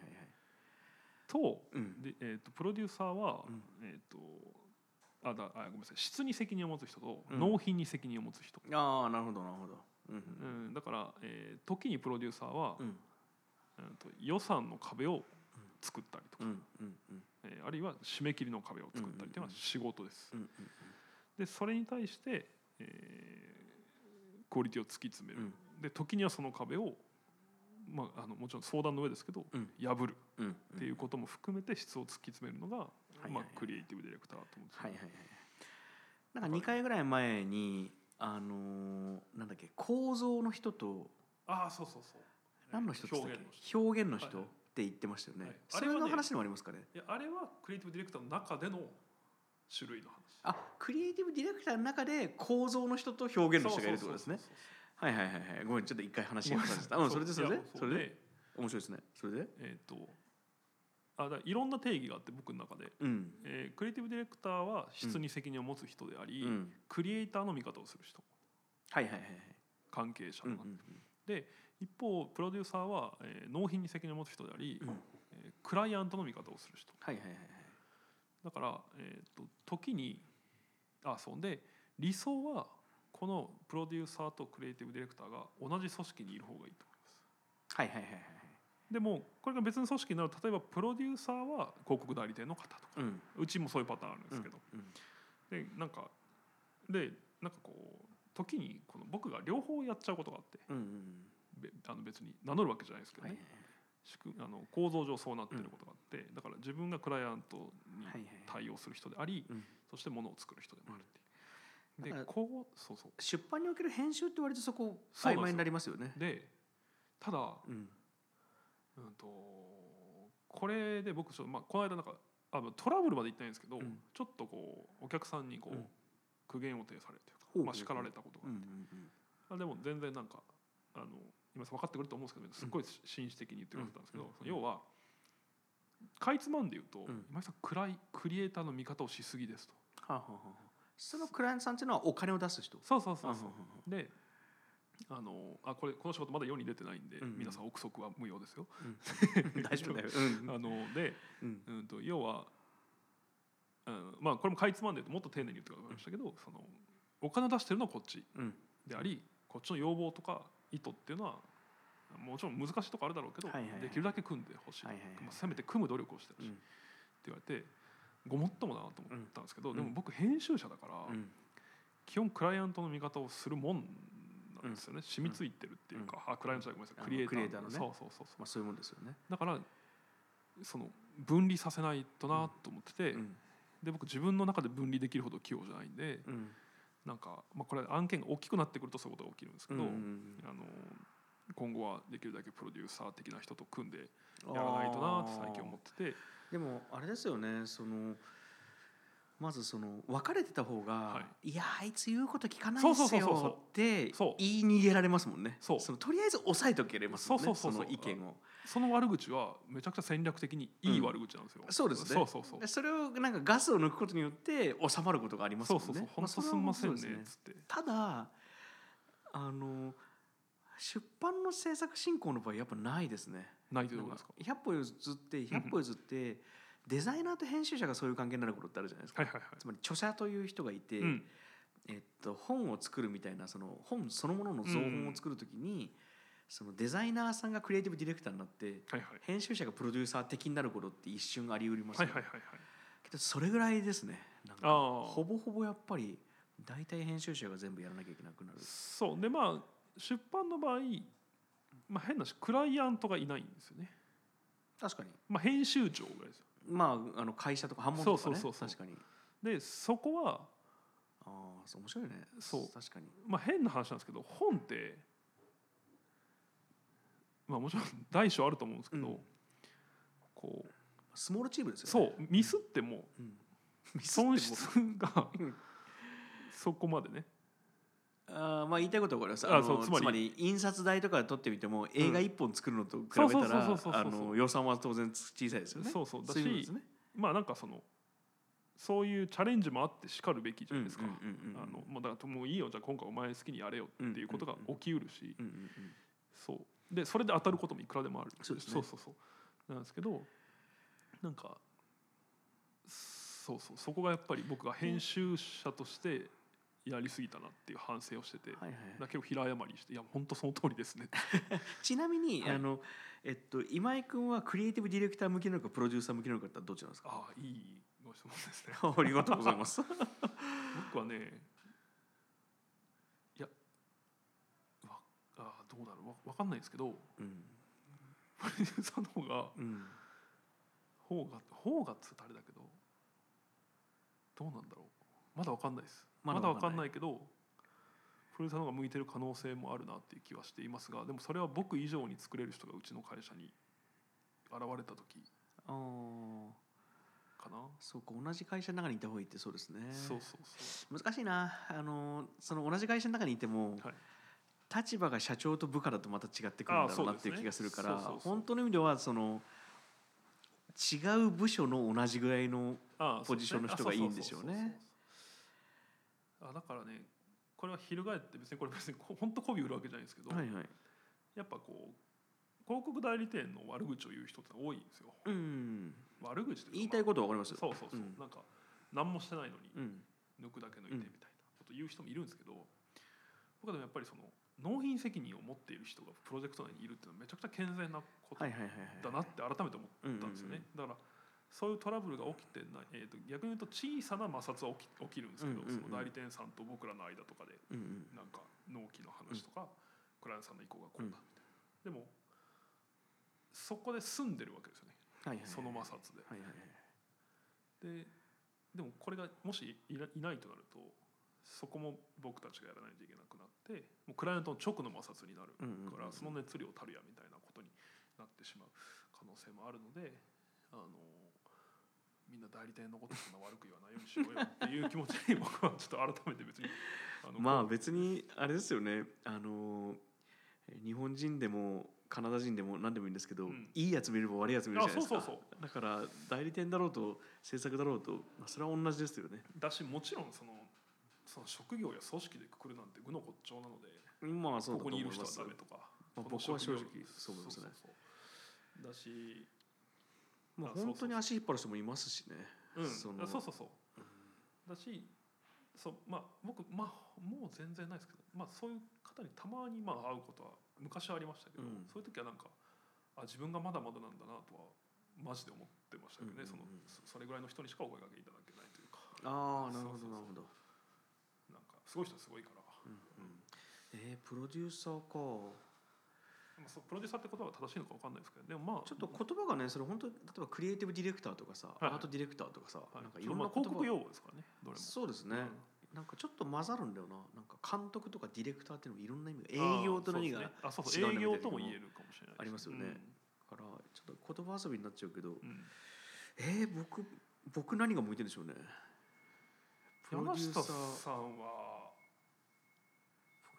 Speaker 2: と
Speaker 1: うん
Speaker 2: で、えー、とプロデューサーは、
Speaker 1: うん
Speaker 2: えっ、とあだあごめんなさい質に責任を持つ人と
Speaker 1: うん
Speaker 2: 納品に責任を持つ人、
Speaker 1: ああなるほどなるほどうん
Speaker 2: う
Speaker 1: うん
Speaker 2: んだから、えー時にプロデューサーは、
Speaker 1: うん
Speaker 2: うんと予算の壁を作ったりとか、
Speaker 1: うんうんうん
Speaker 2: えーあるいは締め切りの壁を作ったりというのは仕事です。
Speaker 1: うん
Speaker 2: でそれに対して、えークオリティを突き詰め
Speaker 1: う
Speaker 2: る、
Speaker 1: ん
Speaker 2: で時にはその壁を、まあ、あのもちろん相談の上ですけど、
Speaker 1: うん
Speaker 2: 破る
Speaker 1: うんうん
Speaker 2: っていうことも含めて質を突き詰めるのが、
Speaker 1: いはい
Speaker 2: まあ、クリエイティブディレクターと思うんです
Speaker 1: はいはい
Speaker 2: よ
Speaker 1: はいなんか2回ぐらい前にあのーなんだっけ構造の人と
Speaker 2: ああそうそうそう
Speaker 1: 何の人って言った
Speaker 2: 表
Speaker 1: っ
Speaker 2: 現の
Speaker 1: け表現の人
Speaker 2: 人
Speaker 1: っ
Speaker 2: はいはい
Speaker 1: て言ってましたよね、
Speaker 2: はいあ
Speaker 1: そ
Speaker 2: れは
Speaker 1: れ
Speaker 2: ね
Speaker 1: の話でもありますかね
Speaker 2: いやあれはクリエイティブディレクターの中での種類の話
Speaker 1: あクリエイティブディレクターの中で構造の人と表現の人がいるってことですね
Speaker 2: そうそうそうそう
Speaker 1: はいはいはいはいごめんちょっと一回話が
Speaker 2: ご
Speaker 1: 挟
Speaker 2: め
Speaker 1: ん
Speaker 2: ん
Speaker 1: じ
Speaker 2: な
Speaker 1: ゃった
Speaker 2: さい
Speaker 1: うんそれでそれで
Speaker 2: いや
Speaker 1: それで面白いですねそれで
Speaker 2: えっ、とあだからいろんな定義があって僕の中で、
Speaker 1: うん
Speaker 2: えークリエイティブディレクターは質に責任を持つ人であ
Speaker 1: う
Speaker 2: り、
Speaker 1: ん
Speaker 2: クリエイターの味方をする人
Speaker 1: はいはいはいはい
Speaker 2: 関係者
Speaker 1: う
Speaker 2: の
Speaker 1: ん
Speaker 2: 中で、一方プロデューサーは、えー納品に責任を持つ人であり、
Speaker 1: うんうん
Speaker 2: えークライアントの味方をする人
Speaker 1: はいはいはいはい
Speaker 2: だから、えー、と時にあそうで理想はこのプロデューサーとクリエイティブディレクターが同じ組織にいる方がいいと思います。
Speaker 1: はいはいはいはい
Speaker 2: でもこれが別の組織になると例えばプロデューサーは広告代理店の方とか
Speaker 1: うん
Speaker 2: うちもそういうパターンあるんですけど、
Speaker 1: うん
Speaker 2: でなんかでなんかこう時にこの僕が両方やっちゃうことがあって
Speaker 1: うんうん
Speaker 2: べあの別に名乗るわけじゃないですけど
Speaker 1: はい
Speaker 2: ね
Speaker 1: はい、
Speaker 2: 仕組あの構造上そうなってることがあって、だから自分がクライアントに
Speaker 1: はいはい
Speaker 2: 対応する人であり、
Speaker 1: うん
Speaker 2: そしてものを作る人でもあるっ
Speaker 1: だ
Speaker 2: ていう、で
Speaker 1: から
Speaker 2: こうそうそ
Speaker 1: 出版における編集って割とそこ
Speaker 2: そう
Speaker 1: 曖
Speaker 2: なんですよ
Speaker 1: 昧になりますよね
Speaker 2: うでただ
Speaker 1: うん
Speaker 2: うんとこれで僕ちょっと、まあ、この間なんかあまあトラブルまで言ってないんですけど、
Speaker 1: うん
Speaker 2: ちょっとこうお客さんにこう、
Speaker 1: うん
Speaker 2: 苦言を呈されて、
Speaker 1: ほうほうほう
Speaker 2: まあ、叱られたこと
Speaker 1: う
Speaker 2: が
Speaker 1: んうんうん
Speaker 2: あでも全然なんかあの今分かってくれると思うんですけどすっごい紳士的に言ってくれてたんですけど、
Speaker 1: うんうん
Speaker 2: その要はかいつまんで言う
Speaker 1: う
Speaker 2: と、
Speaker 1: ん
Speaker 2: 今井さん暗いクリエイターの見方をしすぎですと
Speaker 1: はあはあはあそのクライアントさんっていうのはお金を出す人
Speaker 2: そうそうそうそ
Speaker 1: はあはあ
Speaker 2: う
Speaker 1: はあ
Speaker 2: であのあこれこの仕事まだ世に出てないんで、
Speaker 1: うんうん
Speaker 2: 皆さん憶測は無用ですよ。
Speaker 1: 大丈夫
Speaker 2: *laughs*
Speaker 1: だよ、うん
Speaker 2: あので、
Speaker 1: うん
Speaker 2: うん、と要は、うん、まあこれもかいつまんで言うともっと丁寧に言ってくれましたけど、そのお金を出してるのはこっち
Speaker 1: うん
Speaker 2: でありこっちの要望とか意図っていうのはもちろん難しいとこあるだろうけど、
Speaker 1: はいはいはい
Speaker 2: できるだけ組んでほしい,、
Speaker 1: はいはいはいはい
Speaker 2: まあ、せめて組む努力をしてほしいっ
Speaker 1: う
Speaker 2: て
Speaker 1: ん
Speaker 2: 言われてごもっともだなと思ったんですけど、
Speaker 1: うん
Speaker 2: でも僕編集者だから、
Speaker 1: うん
Speaker 2: 基本クライアントの見方をするもんなんですよね、染みついてるっていうか、あクライアントじゃないごめんな
Speaker 1: あ
Speaker 2: さい
Speaker 1: の
Speaker 2: クリエイター
Speaker 1: クリエイターのね
Speaker 2: そうそうそうそう
Speaker 1: まあそういうもんですよね
Speaker 2: だからその分離させないとなと思ってて、
Speaker 1: うん
Speaker 2: で僕自分の中で分離できるほど器用じゃないんで
Speaker 1: うん
Speaker 2: なんか、まあ、これ案件が大きくなってくるとそういうことが起きるんですけど、
Speaker 1: うん
Speaker 2: あの今後はできるだけプロデューサー的な人と組んでやらないとなって最近思ってて
Speaker 1: でもあれですよねそのまずその別れてた方が、、
Speaker 2: はい
Speaker 1: やあいつ言うこと聞かない
Speaker 2: そ
Speaker 1: で
Speaker 2: うそう
Speaker 1: す
Speaker 2: そうそうそう
Speaker 1: よって
Speaker 2: そう
Speaker 1: 言い逃げられますもんね
Speaker 2: そう
Speaker 1: のとりあえず押さえておけれますもんね
Speaker 2: そうそうそうそう
Speaker 1: の意見を
Speaker 2: その悪口はめちゃくちゃ戦略的にいい悪口なんですよ。
Speaker 1: うんそうですね
Speaker 2: そうそうそう
Speaker 1: でそれをなんかガスを抜くことによって収まることがあります
Speaker 2: そ
Speaker 1: も
Speaker 2: う
Speaker 1: ね
Speaker 2: んそうそう
Speaker 1: ま
Speaker 2: 本
Speaker 1: あ
Speaker 2: 当
Speaker 1: それ
Speaker 2: す
Speaker 1: は
Speaker 2: んませんね
Speaker 1: そうです
Speaker 2: つって
Speaker 1: ただあの出版の制作進行の場合やっぱないですね
Speaker 2: ないということですか。
Speaker 1: 100歩譲って100歩譲ってデザイナーと編集者がそういう関係になることってあるじゃないですか
Speaker 2: はいはいは
Speaker 1: つまり著者という人がいて、
Speaker 2: い。うん
Speaker 1: えっと、本を作るみたいなその本そのものの造本を作るときに、そのデザイナーさんがクリエイティブディレクターになって
Speaker 2: はいはい
Speaker 1: 編集者がプロデューサー的になることって一瞬ありうります
Speaker 2: は
Speaker 1: よ
Speaker 2: いはい
Speaker 1: ね、
Speaker 2: はいはい。
Speaker 1: けどそれぐらいですねなん
Speaker 2: あ
Speaker 1: か
Speaker 2: あ
Speaker 1: ほぼほぼやっぱり大体編集者が全部やらなきゃいけなくなる。
Speaker 2: そうでまあ出版の場合、まあ、変なしクライアントがいないんですよね、
Speaker 1: 確かに
Speaker 2: まあ、編集長ぐらいですよ
Speaker 1: まあ、あの会社とか版本とかね
Speaker 2: そうそうそうそ
Speaker 1: 確
Speaker 2: う
Speaker 1: かに
Speaker 2: でそこは、
Speaker 1: ああそう面白いね
Speaker 2: そう
Speaker 1: 確かに
Speaker 2: まあ、変な話なんですけど本ってまあもちろん大小あると思うんですけど、
Speaker 1: うん
Speaker 2: こ
Speaker 1: スモールチームです
Speaker 2: う
Speaker 1: よね
Speaker 2: そうミスっても
Speaker 1: そう、うん、
Speaker 2: 損失が
Speaker 1: うん
Speaker 2: そこまでね
Speaker 1: あーまあ言いたいことは分かります
Speaker 2: あ
Speaker 1: あの
Speaker 2: そうつ
Speaker 1: つ
Speaker 2: ま
Speaker 1: ま
Speaker 2: り
Speaker 1: り印刷代とかで撮ってみても映画一本作るのと比べ
Speaker 2: そうそう
Speaker 1: た
Speaker 2: そう
Speaker 1: ら
Speaker 2: そうそうそう
Speaker 1: あの予算は当然小さいですよね。
Speaker 2: そうそうだ
Speaker 1: そういうことで
Speaker 2: し
Speaker 1: すね。
Speaker 2: まあなんかそのそういうチャレンジもあってしかるべきじゃないですか。
Speaker 1: うんうんうんうん
Speaker 2: あのまあ、だからもういいよじゃあ今回お前好きにやれよっていうことが起きうるし、
Speaker 1: うんうんうん
Speaker 2: そうでそれで当たることもいくらでもある
Speaker 1: そうですね
Speaker 2: そうそうそうなんですけどなんかそうそうそこがやっぱり僕が編集者としてやりすぎたなっていう反省をしてて、
Speaker 1: はいはい
Speaker 2: だけど平謝りして「いや本当その通り
Speaker 1: *laughs*
Speaker 2: ですね」
Speaker 1: ちなみに、
Speaker 2: はい
Speaker 1: あのえっと今井君はクリエイティブディレクター向きなのかプロデューサー向きなのかってどっちなんですか。
Speaker 2: ああいいご質問ですね
Speaker 1: ありがとうござい
Speaker 2: *laughs*
Speaker 1: ます。
Speaker 2: 僕はねいやわあどうだろうわわかんないですけど
Speaker 1: うん
Speaker 2: プロデューサーの方が
Speaker 1: うん
Speaker 2: 方が方がっつうとあれだけどどうなんだろうまだわかんないですま
Speaker 1: まだ
Speaker 2: だわ
Speaker 1: わ
Speaker 2: か
Speaker 1: か
Speaker 2: ん
Speaker 1: ん
Speaker 2: な
Speaker 1: ない
Speaker 2: けどプロデューサーの方が向いてる可能性もあるなっていう気はしていますがでもそれは僕以上に作れる人がうちの会社に現れた時
Speaker 1: あー
Speaker 2: かな、
Speaker 1: そうか同じ会社の中にいた方がいいってそうですね。
Speaker 2: そうそうそ
Speaker 1: 難しいなあのその同じ会社の中にいても、
Speaker 2: はい
Speaker 1: 立場が社長と部下だとまた違ってくるん
Speaker 2: ああ
Speaker 1: だ
Speaker 2: そ
Speaker 1: ろう
Speaker 2: う
Speaker 1: な
Speaker 2: で
Speaker 1: っ
Speaker 2: す
Speaker 1: てい
Speaker 2: ね
Speaker 1: う気がするから
Speaker 2: そうそうそう
Speaker 1: 本当の意味ではその違う部署の同じぐらいの
Speaker 2: うああ
Speaker 1: ポジションの人がいいんでしょうね
Speaker 2: そうそうそうそうそうあだからねこれは翻って別にこれ *laughs* 別にこ本当媚び売るわけじゃないんですけど、
Speaker 1: はいはい
Speaker 2: やっぱこう広告代理店の悪口を言う人って多いんですよ
Speaker 1: うん
Speaker 2: 悪口とうか
Speaker 1: 言いたいことは分かりますよ、
Speaker 2: そうそうそう、
Speaker 1: うん
Speaker 2: なんか何もしてないのに
Speaker 1: うん、
Speaker 2: 抜くだけ抜いてみたいなこと言う人もいるんですけど、僕はでもやっぱりその納品責任を持っている人がプロジェクト内にいるっていうのはめちゃくちゃ健全なこと
Speaker 1: はいはいはいはい
Speaker 2: だなって改めて思っ
Speaker 1: うんうん
Speaker 2: た
Speaker 1: うん
Speaker 2: ですよね、だからそういうトラブルが起きてない、えー、と逆に言うと小さな摩擦は起き起きるんですけど、
Speaker 1: うんうんうん
Speaker 2: その代理店さんと僕らの間とかで
Speaker 1: うんうん
Speaker 2: なんか納期の話とか、クライアントさんの意向がこうだみたいな、でもそこで住んでるわけですよね
Speaker 1: はいはい
Speaker 2: その摩擦で。
Speaker 1: はいはいはい
Speaker 2: ででもこれがもしいらいないとなるとそこも僕たちがやらないといけなくなってもうクライアントの直の摩擦になる
Speaker 1: うんうんうん
Speaker 2: からその熱量たるやみたいなことになってしまう可能性もあるのであのみんな代理店のことそんな悪く言わないようにしようよっていう気持ちに僕はちょっと改めて別にあの
Speaker 1: まあ別にあれですよねあの日本人でもカナダ人でも何でもいいんですけど、
Speaker 2: うん
Speaker 1: いいやつ見れば悪いやつ見るじゃないですか
Speaker 2: あそうそう
Speaker 1: だから代理店だろうと制作だろうと、まあ、それは同じですよね
Speaker 2: だしもちろんそのその職業や組織でくくるなんて愚の骨頂なので
Speaker 1: まあそうだ
Speaker 2: こことにい
Speaker 1: 思
Speaker 2: る
Speaker 1: い
Speaker 2: 人
Speaker 1: ま
Speaker 2: は
Speaker 1: す
Speaker 2: ダメとか、
Speaker 1: まあ
Speaker 2: この
Speaker 1: 僕は正直
Speaker 2: 職業
Speaker 1: そう思いますね
Speaker 2: そうそうだし
Speaker 1: まあ
Speaker 2: あそうそう
Speaker 1: 本当に足引っ張る人もいますしね
Speaker 2: うん、
Speaker 1: その
Speaker 2: あそうそうそう、だしそうまあ僕まあもう全然ないですけど、まあ、そういう方にたまにまあ会うことは昔はありましたけど、
Speaker 1: うん
Speaker 2: そういう時はなんかあ自分がまだまだなんだなとはマジで思ってましたけどね、
Speaker 1: うんうんうん
Speaker 2: そのそそれぐらいの人にしかお声掛けいただけないというか
Speaker 1: ああなるほ
Speaker 2: そ
Speaker 1: ど
Speaker 2: うそうそう
Speaker 1: なるほど、
Speaker 2: なんかすごい人はすごいから、
Speaker 1: うんうん、えー、プロデューサーか
Speaker 2: まあ、そうプロデューサーって言葉が正しいのか分かんないですけどでもまあ
Speaker 1: ちょっと言葉がねそれ本当に例えばクリエイティブディレクターとかさ、
Speaker 2: はい
Speaker 1: アートディレクターとかさ、
Speaker 2: はい
Speaker 1: なんかい
Speaker 2: ちょ
Speaker 1: ろ
Speaker 2: っと
Speaker 1: ん
Speaker 2: ま
Speaker 1: な言葉
Speaker 2: あ広告用語ですからねどれも
Speaker 1: そうですね、
Speaker 2: うん
Speaker 1: なんかちょっと混ざるんだよななんか監督とかディレクターっていうのもいろんな意味が
Speaker 2: あー
Speaker 1: 営業との意味が、
Speaker 2: そうですねあそう
Speaker 1: 違う
Speaker 2: そ
Speaker 1: ん
Speaker 2: う
Speaker 1: だみたいな
Speaker 2: 営業とも言えるかもしれない
Speaker 1: ありますよねだからちょっと言葉遊びになっちゃうけど
Speaker 2: うんうん
Speaker 1: えー、僕僕何が向いてるんでしょうねプロデュー
Speaker 2: 山
Speaker 1: サ
Speaker 2: 下
Speaker 1: ー
Speaker 2: さんは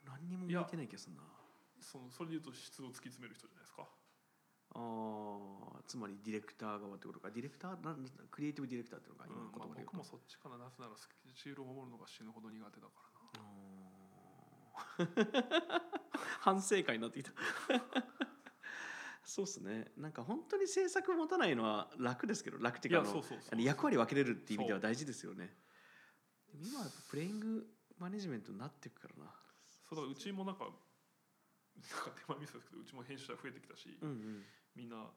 Speaker 1: 僕何にも向いてない気がするな
Speaker 2: そのそれで言うと質を突き詰める人じゃないですか。
Speaker 1: あーつまりディレクター側ってことかディレクターなんクリエイティブディレクターっていうのか
Speaker 2: うん
Speaker 1: 今の言
Speaker 2: ま
Speaker 1: 葉で言う
Speaker 2: あ僕
Speaker 1: と、
Speaker 2: もそっちかななぜならスケジュールを守るのが死ぬほど苦手だからな。
Speaker 1: あー *laughs* 反省会になってきた
Speaker 2: *laughs*
Speaker 1: そうですねなんか本当に制作持たないのは楽ですけど楽って
Speaker 2: *laughs*
Speaker 1: いうかあの
Speaker 2: そうそう
Speaker 1: あの役割分けれるっていう意味では大事ですよね。でも今はやっぱプレイングマネジメントになっていくからな。
Speaker 2: そうだからうちもなんかなんか手前ミスですけどうちも編集者増えてきたし、
Speaker 1: うんうん
Speaker 2: みんな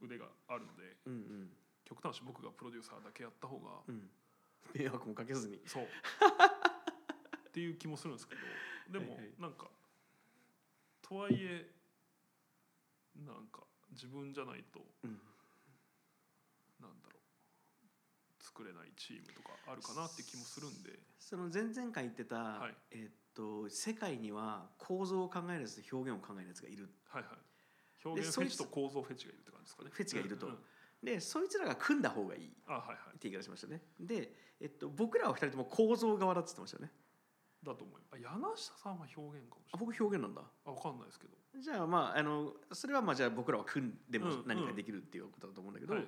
Speaker 2: 腕があるので
Speaker 1: うんうん
Speaker 2: 極端に僕がプロデューサーだけやった方が、
Speaker 1: うん。 *laughs* 迷惑もかけずに。
Speaker 2: そうっていう気もするんですけどでも
Speaker 1: *laughs* はいはい
Speaker 2: なんかとはいえなんか自分じゃないと
Speaker 1: うん。
Speaker 2: なんだろう作れないチームとかあるかなって気もするんで
Speaker 1: その前々回言ってた、
Speaker 2: い
Speaker 1: えーっと世界には構造を考えるやつと表現を考えるやつがいる。
Speaker 2: はいはい表現フ
Speaker 1: そい
Speaker 2: ェ
Speaker 1: つ
Speaker 2: チと構造フェチがいるって感じですかね
Speaker 1: フェチがいると
Speaker 2: うんうん
Speaker 1: でそいつらが組んだ方がいいっ
Speaker 2: あはいはい
Speaker 1: て言い方しましたね。で、えっと、僕らは二人とも構造側だって言ってましたよね。
Speaker 2: だと思いますあ柳下さんは表現かもし
Speaker 1: あ
Speaker 2: れない
Speaker 1: 僕表現なんだ。
Speaker 2: あ分かんないですけど
Speaker 1: じゃあまああのそれはまあじゃあ僕らは組んでも
Speaker 2: うん
Speaker 1: 何かできるっていうことだと思うんだけど、
Speaker 2: はい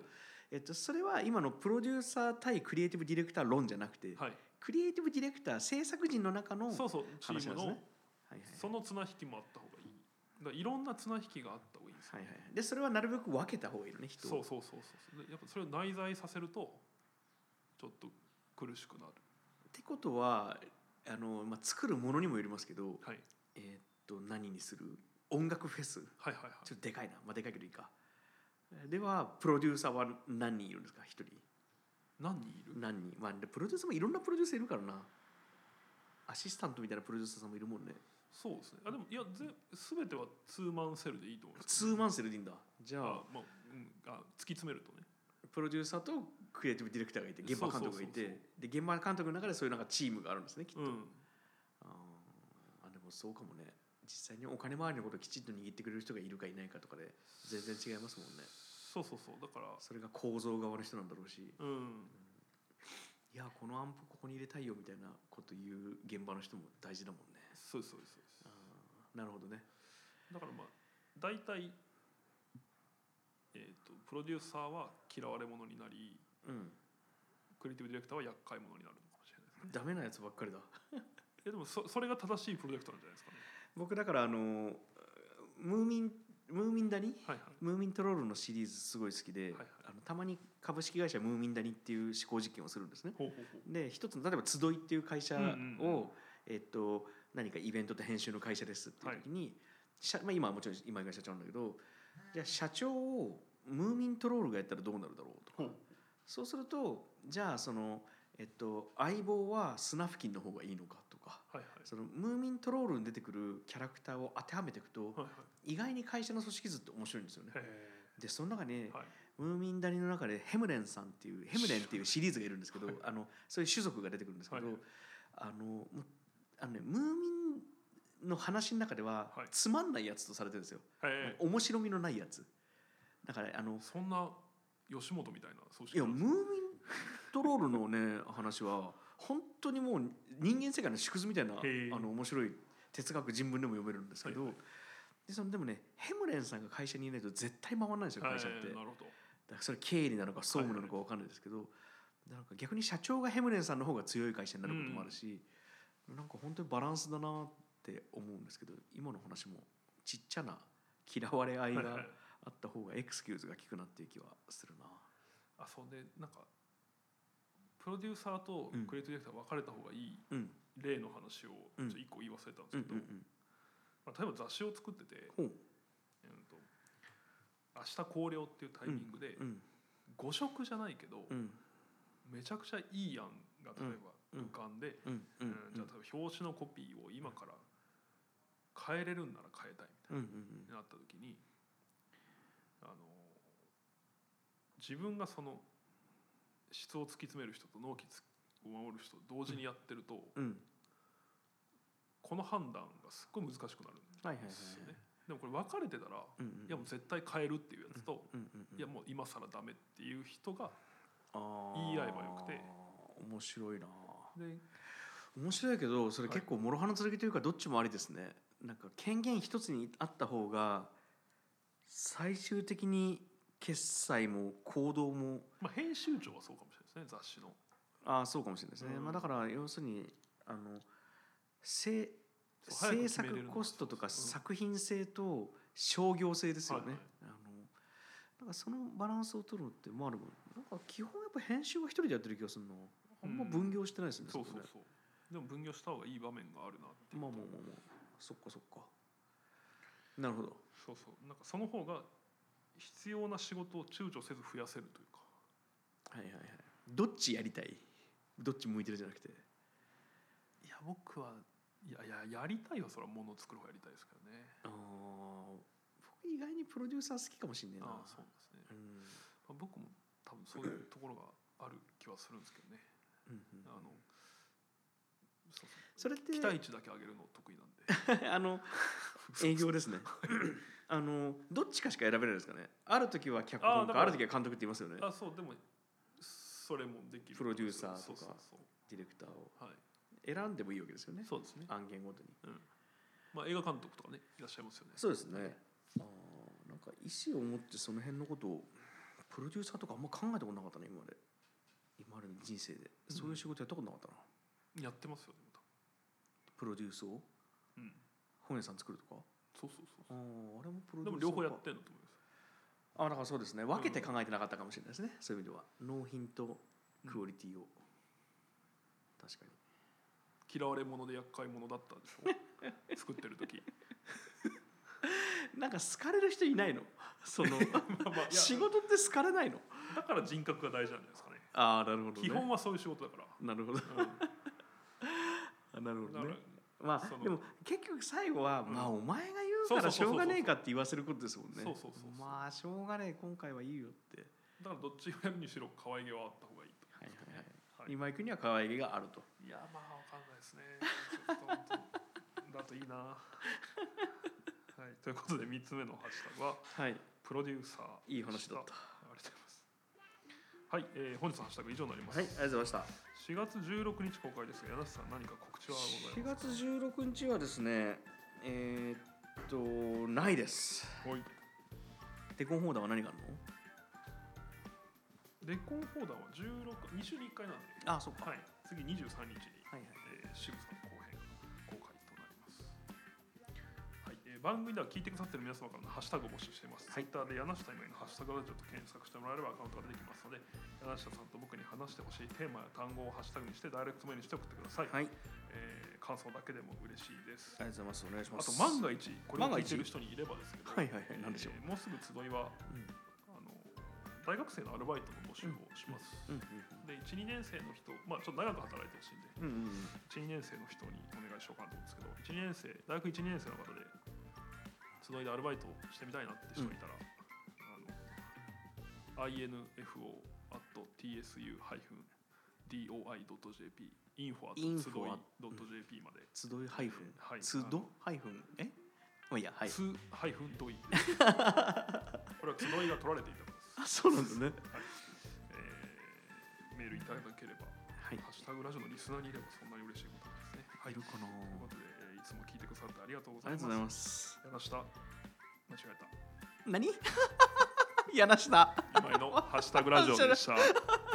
Speaker 1: えっと、それは今のプロデューサー対クリエイティブディレクター論じゃなくて、
Speaker 2: はい
Speaker 1: クリエイティブディレクター制作人の中の話
Speaker 2: そ
Speaker 1: なん
Speaker 2: うそうチ
Speaker 1: です
Speaker 2: ー
Speaker 1: ね。はい
Speaker 2: ムの
Speaker 1: はい
Speaker 2: その綱引きもあった方がいいだからいろんな綱引きがあった方がいいですよ
Speaker 1: はいはい、でそれはなるべく分けた方がいいのね人を
Speaker 2: そうそうそうそうでやっぱそれを内在させるとちょっと苦しくなる
Speaker 1: ってことはあの、まあ、作るものにもよりますけど、
Speaker 2: はい
Speaker 1: えっと何にする音楽フェス
Speaker 2: はいはいはい
Speaker 1: ちょっとでかいな、まあ、でかいけどいいかではプロデューサーは何人いるんですか一人
Speaker 2: 何人いる
Speaker 1: 何人、まあ、でプロデューサーもいろんなプロデューサーいるからなアシスタントみたいなプロデューサーさんもいるもんね
Speaker 2: そうですねあでもいやぜ全てはツーマンセルでいいと思います
Speaker 1: ツーマンセルでいいんだじゃあ
Speaker 2: あまあ、うん、あ突き詰めるとね
Speaker 1: プロデューサーとクリエイティブディレクターがいて現場監督がいて
Speaker 2: そうそ
Speaker 1: で
Speaker 2: う
Speaker 1: 現場監督の中でそういうなんかチームがあるんですねきっと、
Speaker 2: うん
Speaker 1: あーあでもそうかもね実際にお金回りのことをきちんと握ってくれる人がいるかいないかとかで全然違いますもんね
Speaker 2: そうそうそうだから
Speaker 1: それが構造側の人なんだろうし
Speaker 2: うん
Speaker 1: いやこのアンプここに入れたいよみたいなこと言う現場の人も大事だもんね
Speaker 2: そうですそうですそうです
Speaker 1: あーなるほどね
Speaker 2: だからまあ大体えー、とプロデューサーは嫌われ者になり
Speaker 1: うん
Speaker 2: クリエイティブディレクターは厄介者になるのかもしれないですね
Speaker 1: ダメなやつばっかりだ
Speaker 2: えでもそそれが正しいプロジェクトなんじゃないですかね
Speaker 1: 僕だからあのムーミンムーミンダニ
Speaker 2: はいはい
Speaker 1: ムーミントロールのシリーズすごい好きで、
Speaker 2: はいはい
Speaker 1: あのたまに株式会社ムーミンダニっていう思考実験をするんですね。
Speaker 2: ほうほうほう
Speaker 1: で一つの例えば集いっていう会社を、
Speaker 2: うんうんうん
Speaker 1: えっと、何かイベントと編集の会社ですっていう時に、社まあ、今はもちろん今井が社長なんだけどじゃあ社長をムーミントロールがやったらどうなるだろうとか
Speaker 2: ほう
Speaker 1: そうするとじゃあその、えっと、相棒はスナフキンの方がいいのかとか
Speaker 2: はいはい
Speaker 1: そのムーミントロールに出てくるキャラクターを当てはめていくと
Speaker 2: はいはい
Speaker 1: 意外に会社の組織図って面白いんですよね。
Speaker 2: へ
Speaker 1: でその中に、
Speaker 2: ーはい
Speaker 1: ムーミン谷の中でヘムレンさんっていうヘムレンっていうシリーズがいるんですけど、
Speaker 2: はい
Speaker 1: あのそういう種族が出てくるんですけど、
Speaker 2: はい
Speaker 1: あのもうあの、ね、ムーミンの話の中では、
Speaker 2: はい
Speaker 1: つまんないやつとされてるんですよ、
Speaker 2: ええ
Speaker 1: 面白みのないやつだからあの
Speaker 2: そんな吉本みたいな組
Speaker 1: い
Speaker 2: 織
Speaker 1: や
Speaker 2: なんです
Speaker 1: ムーミントロールのね話は本当にもう人間世界の縮図みたいな
Speaker 2: へえ
Speaker 1: あの面白い哲学人文でも読めるんですけど、
Speaker 2: はいは
Speaker 1: でそのでもねヘムレンさんが会社にいないと絶対回らないんですよ
Speaker 2: はい
Speaker 1: 会社って、だ
Speaker 2: な
Speaker 1: か
Speaker 2: るほど
Speaker 1: らそれ経理なのか総務なのか分かんないですけど、なんか逆に社長がヘムレンさんの方が強い会社になることもあるし、なんか本当にバランスだなって思うんですけど今の話もちっちゃな嫌われ合いが
Speaker 2: はいはい
Speaker 1: あった方がエクスキューズが効くなっていう気はするな。
Speaker 2: あそうでなんかプロデューサーと
Speaker 1: うん
Speaker 2: クリエイティブディレクターが別れた方がいい
Speaker 1: うん、
Speaker 2: 例の話をち
Speaker 1: う
Speaker 2: ょ
Speaker 1: ん
Speaker 2: っと一個言い忘れたんです
Speaker 1: う
Speaker 2: け
Speaker 1: ん
Speaker 2: ど、
Speaker 1: うん
Speaker 2: まあ、例えば雑誌を作ってて「
Speaker 1: ほう
Speaker 2: うんと明日高齢」っていうタイミングで
Speaker 1: うんうん
Speaker 2: 誤色じゃないけど
Speaker 1: うん
Speaker 2: めちゃくちゃいい案が例えば
Speaker 1: うん
Speaker 2: 浮かんで、
Speaker 1: うんう
Speaker 2: うんんじゃあ例えば表紙のコピーを今から変えれるんなら変えたいみたい
Speaker 1: うんうん
Speaker 2: になった時にあの自分がその質を突き詰める人と納期を守る人を同時にやってると、
Speaker 1: うんうん
Speaker 2: この判断がすっごい難しくな
Speaker 1: は
Speaker 2: るん
Speaker 1: いはいはい
Speaker 2: ですよね。でもこれ分かれてたら
Speaker 1: うん
Speaker 2: いやもう絶対変えるっていうやつと、
Speaker 1: うんうんうん
Speaker 2: いやもう今更ダメっていう人が
Speaker 1: あー
Speaker 2: 言い合えばよくて
Speaker 1: 面白いな
Speaker 2: で
Speaker 1: 面白いけどそれ
Speaker 2: はい
Speaker 1: 結構諸刃の剣というかどっちもありですねなんか権限一つにあった方が最終的に決済も行動も
Speaker 2: まあ、編集長はそうかもしれないですね雑誌の
Speaker 1: ああそうかもしれないですね、
Speaker 2: うん
Speaker 1: まあ、だから要するにあのせ
Speaker 2: そう早
Speaker 1: 制
Speaker 2: く決めれ
Speaker 1: 作
Speaker 2: るのが
Speaker 1: コストとか
Speaker 2: そうそう
Speaker 1: 作品性と商業性ですよね、
Speaker 2: はいはい
Speaker 1: あのなんかそのバランスを取るのってまあでもなんか基本やっぱ編集は一人でやってる気がするのあんま分業してないですね、
Speaker 2: そうそう
Speaker 1: れね
Speaker 2: そうでも分業した方がいい場面があるなっていう
Speaker 1: まあまあまあまあそっかそっかなるほど
Speaker 2: そうそうなんかその方が必要な仕事を躊躇せず増やせるというか
Speaker 1: はいはいはいどっちやりたいどっち向いてるじゃなくて
Speaker 2: いや僕はいやいややりたいはそれはものを作る方がやりたいですけどね
Speaker 1: ああ僕意外にプロデューサー好きかもしんねえな
Speaker 2: ああそうですね、
Speaker 1: うん
Speaker 2: まあ、僕も多分そういうところがある気はするんですけど *laughs* ね
Speaker 1: うんうん
Speaker 2: あのそうそう
Speaker 1: それって
Speaker 2: 期待値だけ上げるの得意なんで
Speaker 1: *laughs* あの営業です
Speaker 2: *laughs*
Speaker 1: ね。あのどっちかしか選べないですかね。ある時は脚
Speaker 2: あ
Speaker 1: 本家
Speaker 2: ーだから
Speaker 1: ある時は監督って言いますよね。
Speaker 2: *laughs* あそうでもそれもできる
Speaker 1: プロデューサーとか
Speaker 2: そうそうそう
Speaker 1: ディレクターを
Speaker 2: はい
Speaker 1: 選んでもいいわけですよね。
Speaker 2: そうですね
Speaker 1: 案件ごとに。
Speaker 2: まあ映画監督とかねいらっしゃいますよね
Speaker 1: そうですね。あーなんか意思を持ってその辺のことをプロデューサーとかあんま考えたことなかったね今まで。今までの人生で
Speaker 2: うん
Speaker 1: そういう仕事やったことなかったな。
Speaker 2: やってますよね多
Speaker 1: プロデュースを
Speaker 2: 分うん
Speaker 1: 本屋さん作るとか。
Speaker 2: そうそうそう
Speaker 1: あーあれもプロデュ
Speaker 2: で
Speaker 1: ー
Speaker 2: も
Speaker 1: ス
Speaker 2: 両方やってんだと思います
Speaker 1: あだからそうですね分けて考えてなかったかもしれないですね、そういう意味では納品とクオリティを、確かに
Speaker 2: 嫌われ者で厄介者だったでし
Speaker 1: *laughs*
Speaker 2: ょ作ってる時
Speaker 1: なんか好かれる人いないのその
Speaker 2: まあまあいや
Speaker 1: 仕事って好かれないの
Speaker 2: だから人格が大事なんじゃないですかね
Speaker 1: ああなるほど、ね、
Speaker 2: 基本はそういう仕事だから、
Speaker 1: なるほど
Speaker 2: うん、だか
Speaker 1: あなるほど
Speaker 2: ら
Speaker 1: ねま
Speaker 2: そ
Speaker 1: あ
Speaker 2: の
Speaker 1: でも結局最後は、
Speaker 2: うん
Speaker 1: まあお前が言うからしょうがねえかって言わせることですもんね
Speaker 2: そうそうそうそう
Speaker 1: まあしょうがねえ今回はいいよって
Speaker 2: だからどっちをやるにしろ可愛げはあった方がいいと
Speaker 1: はいはいはい
Speaker 2: はい
Speaker 1: 今井君には可愛げがあると
Speaker 2: いやまあわかんないですね。ちょっと本当だといいな。はい、ということで3つ目のハッシュタグは
Speaker 1: はい
Speaker 2: プロデューサー
Speaker 1: いい話だった
Speaker 2: ありがとうございます。はい、えー、本日のハッシュタグ以上になります。
Speaker 1: はいありがとうございました
Speaker 2: 4月16日公開ですが、柳瀬さん何か告知はご
Speaker 1: 4
Speaker 2: ざいます
Speaker 1: 月16日はですねえーっとないです
Speaker 2: か。はい。
Speaker 1: デコンホーダーは何があるの
Speaker 2: レコンフォーダーは16、2週に1回なんで。
Speaker 1: あそっ
Speaker 2: はい。次23日に、
Speaker 1: はいはい
Speaker 2: えー、渋さん後編公開となります。はい、えー、番組では聞いてくださっている皆様からのハッシュタグを募集しています。
Speaker 1: はい
Speaker 2: Twitter で柳下今井のハッシュタグラジオと検索してもらえればアカウントが出てきますので、柳下さんと僕に話してほしいテーマや単語をハッシュタグにしてダイレクトメールにして送ってください。
Speaker 1: はいあり
Speaker 2: えー感想だけでも嬉しいです。
Speaker 1: がとうございますお願いし
Speaker 2: あ
Speaker 1: ま
Speaker 2: と
Speaker 1: す
Speaker 2: 万が一これを
Speaker 1: 万が
Speaker 2: 聞い
Speaker 1: 一
Speaker 2: てる人にいればですけど、
Speaker 1: はいはいはい
Speaker 2: えー
Speaker 1: なんでしょう
Speaker 2: もうすぐ集いはあの大学生のアルバイトの募集をします。
Speaker 1: うん
Speaker 2: で1、2年生の人、まあ、ちょっと長く働いてほしいんで、
Speaker 1: うんうんうん
Speaker 2: 1、2年生の人にお願いしようかなと思うんですけど、1、2年生、大学1、2年生の方で、集いでアルバイトをしてみたいなって人がいたら、info.tsu-doi.jp インフォアと
Speaker 1: info
Speaker 2: 集い .jp まで、
Speaker 1: 集いハイフン
Speaker 2: はい
Speaker 1: 集どハイフンえまあいいやはい
Speaker 2: つハイフンといい
Speaker 1: *laughs*
Speaker 2: これは集いが取られていたのです
Speaker 1: あそうなんですね
Speaker 2: えーメールいただければ
Speaker 1: はい
Speaker 2: ハッシュタグラジオのリスナーにいればそんなに嬉しいことですね
Speaker 1: 入るかな
Speaker 2: ということで、えーいつも聞いてくださってありがとうご
Speaker 1: あ
Speaker 2: ざい
Speaker 1: りが
Speaker 2: ま
Speaker 1: と
Speaker 2: す
Speaker 1: うございます
Speaker 2: やらした間違えた
Speaker 1: 何やらした
Speaker 2: 今井のハッシュタグラジオでした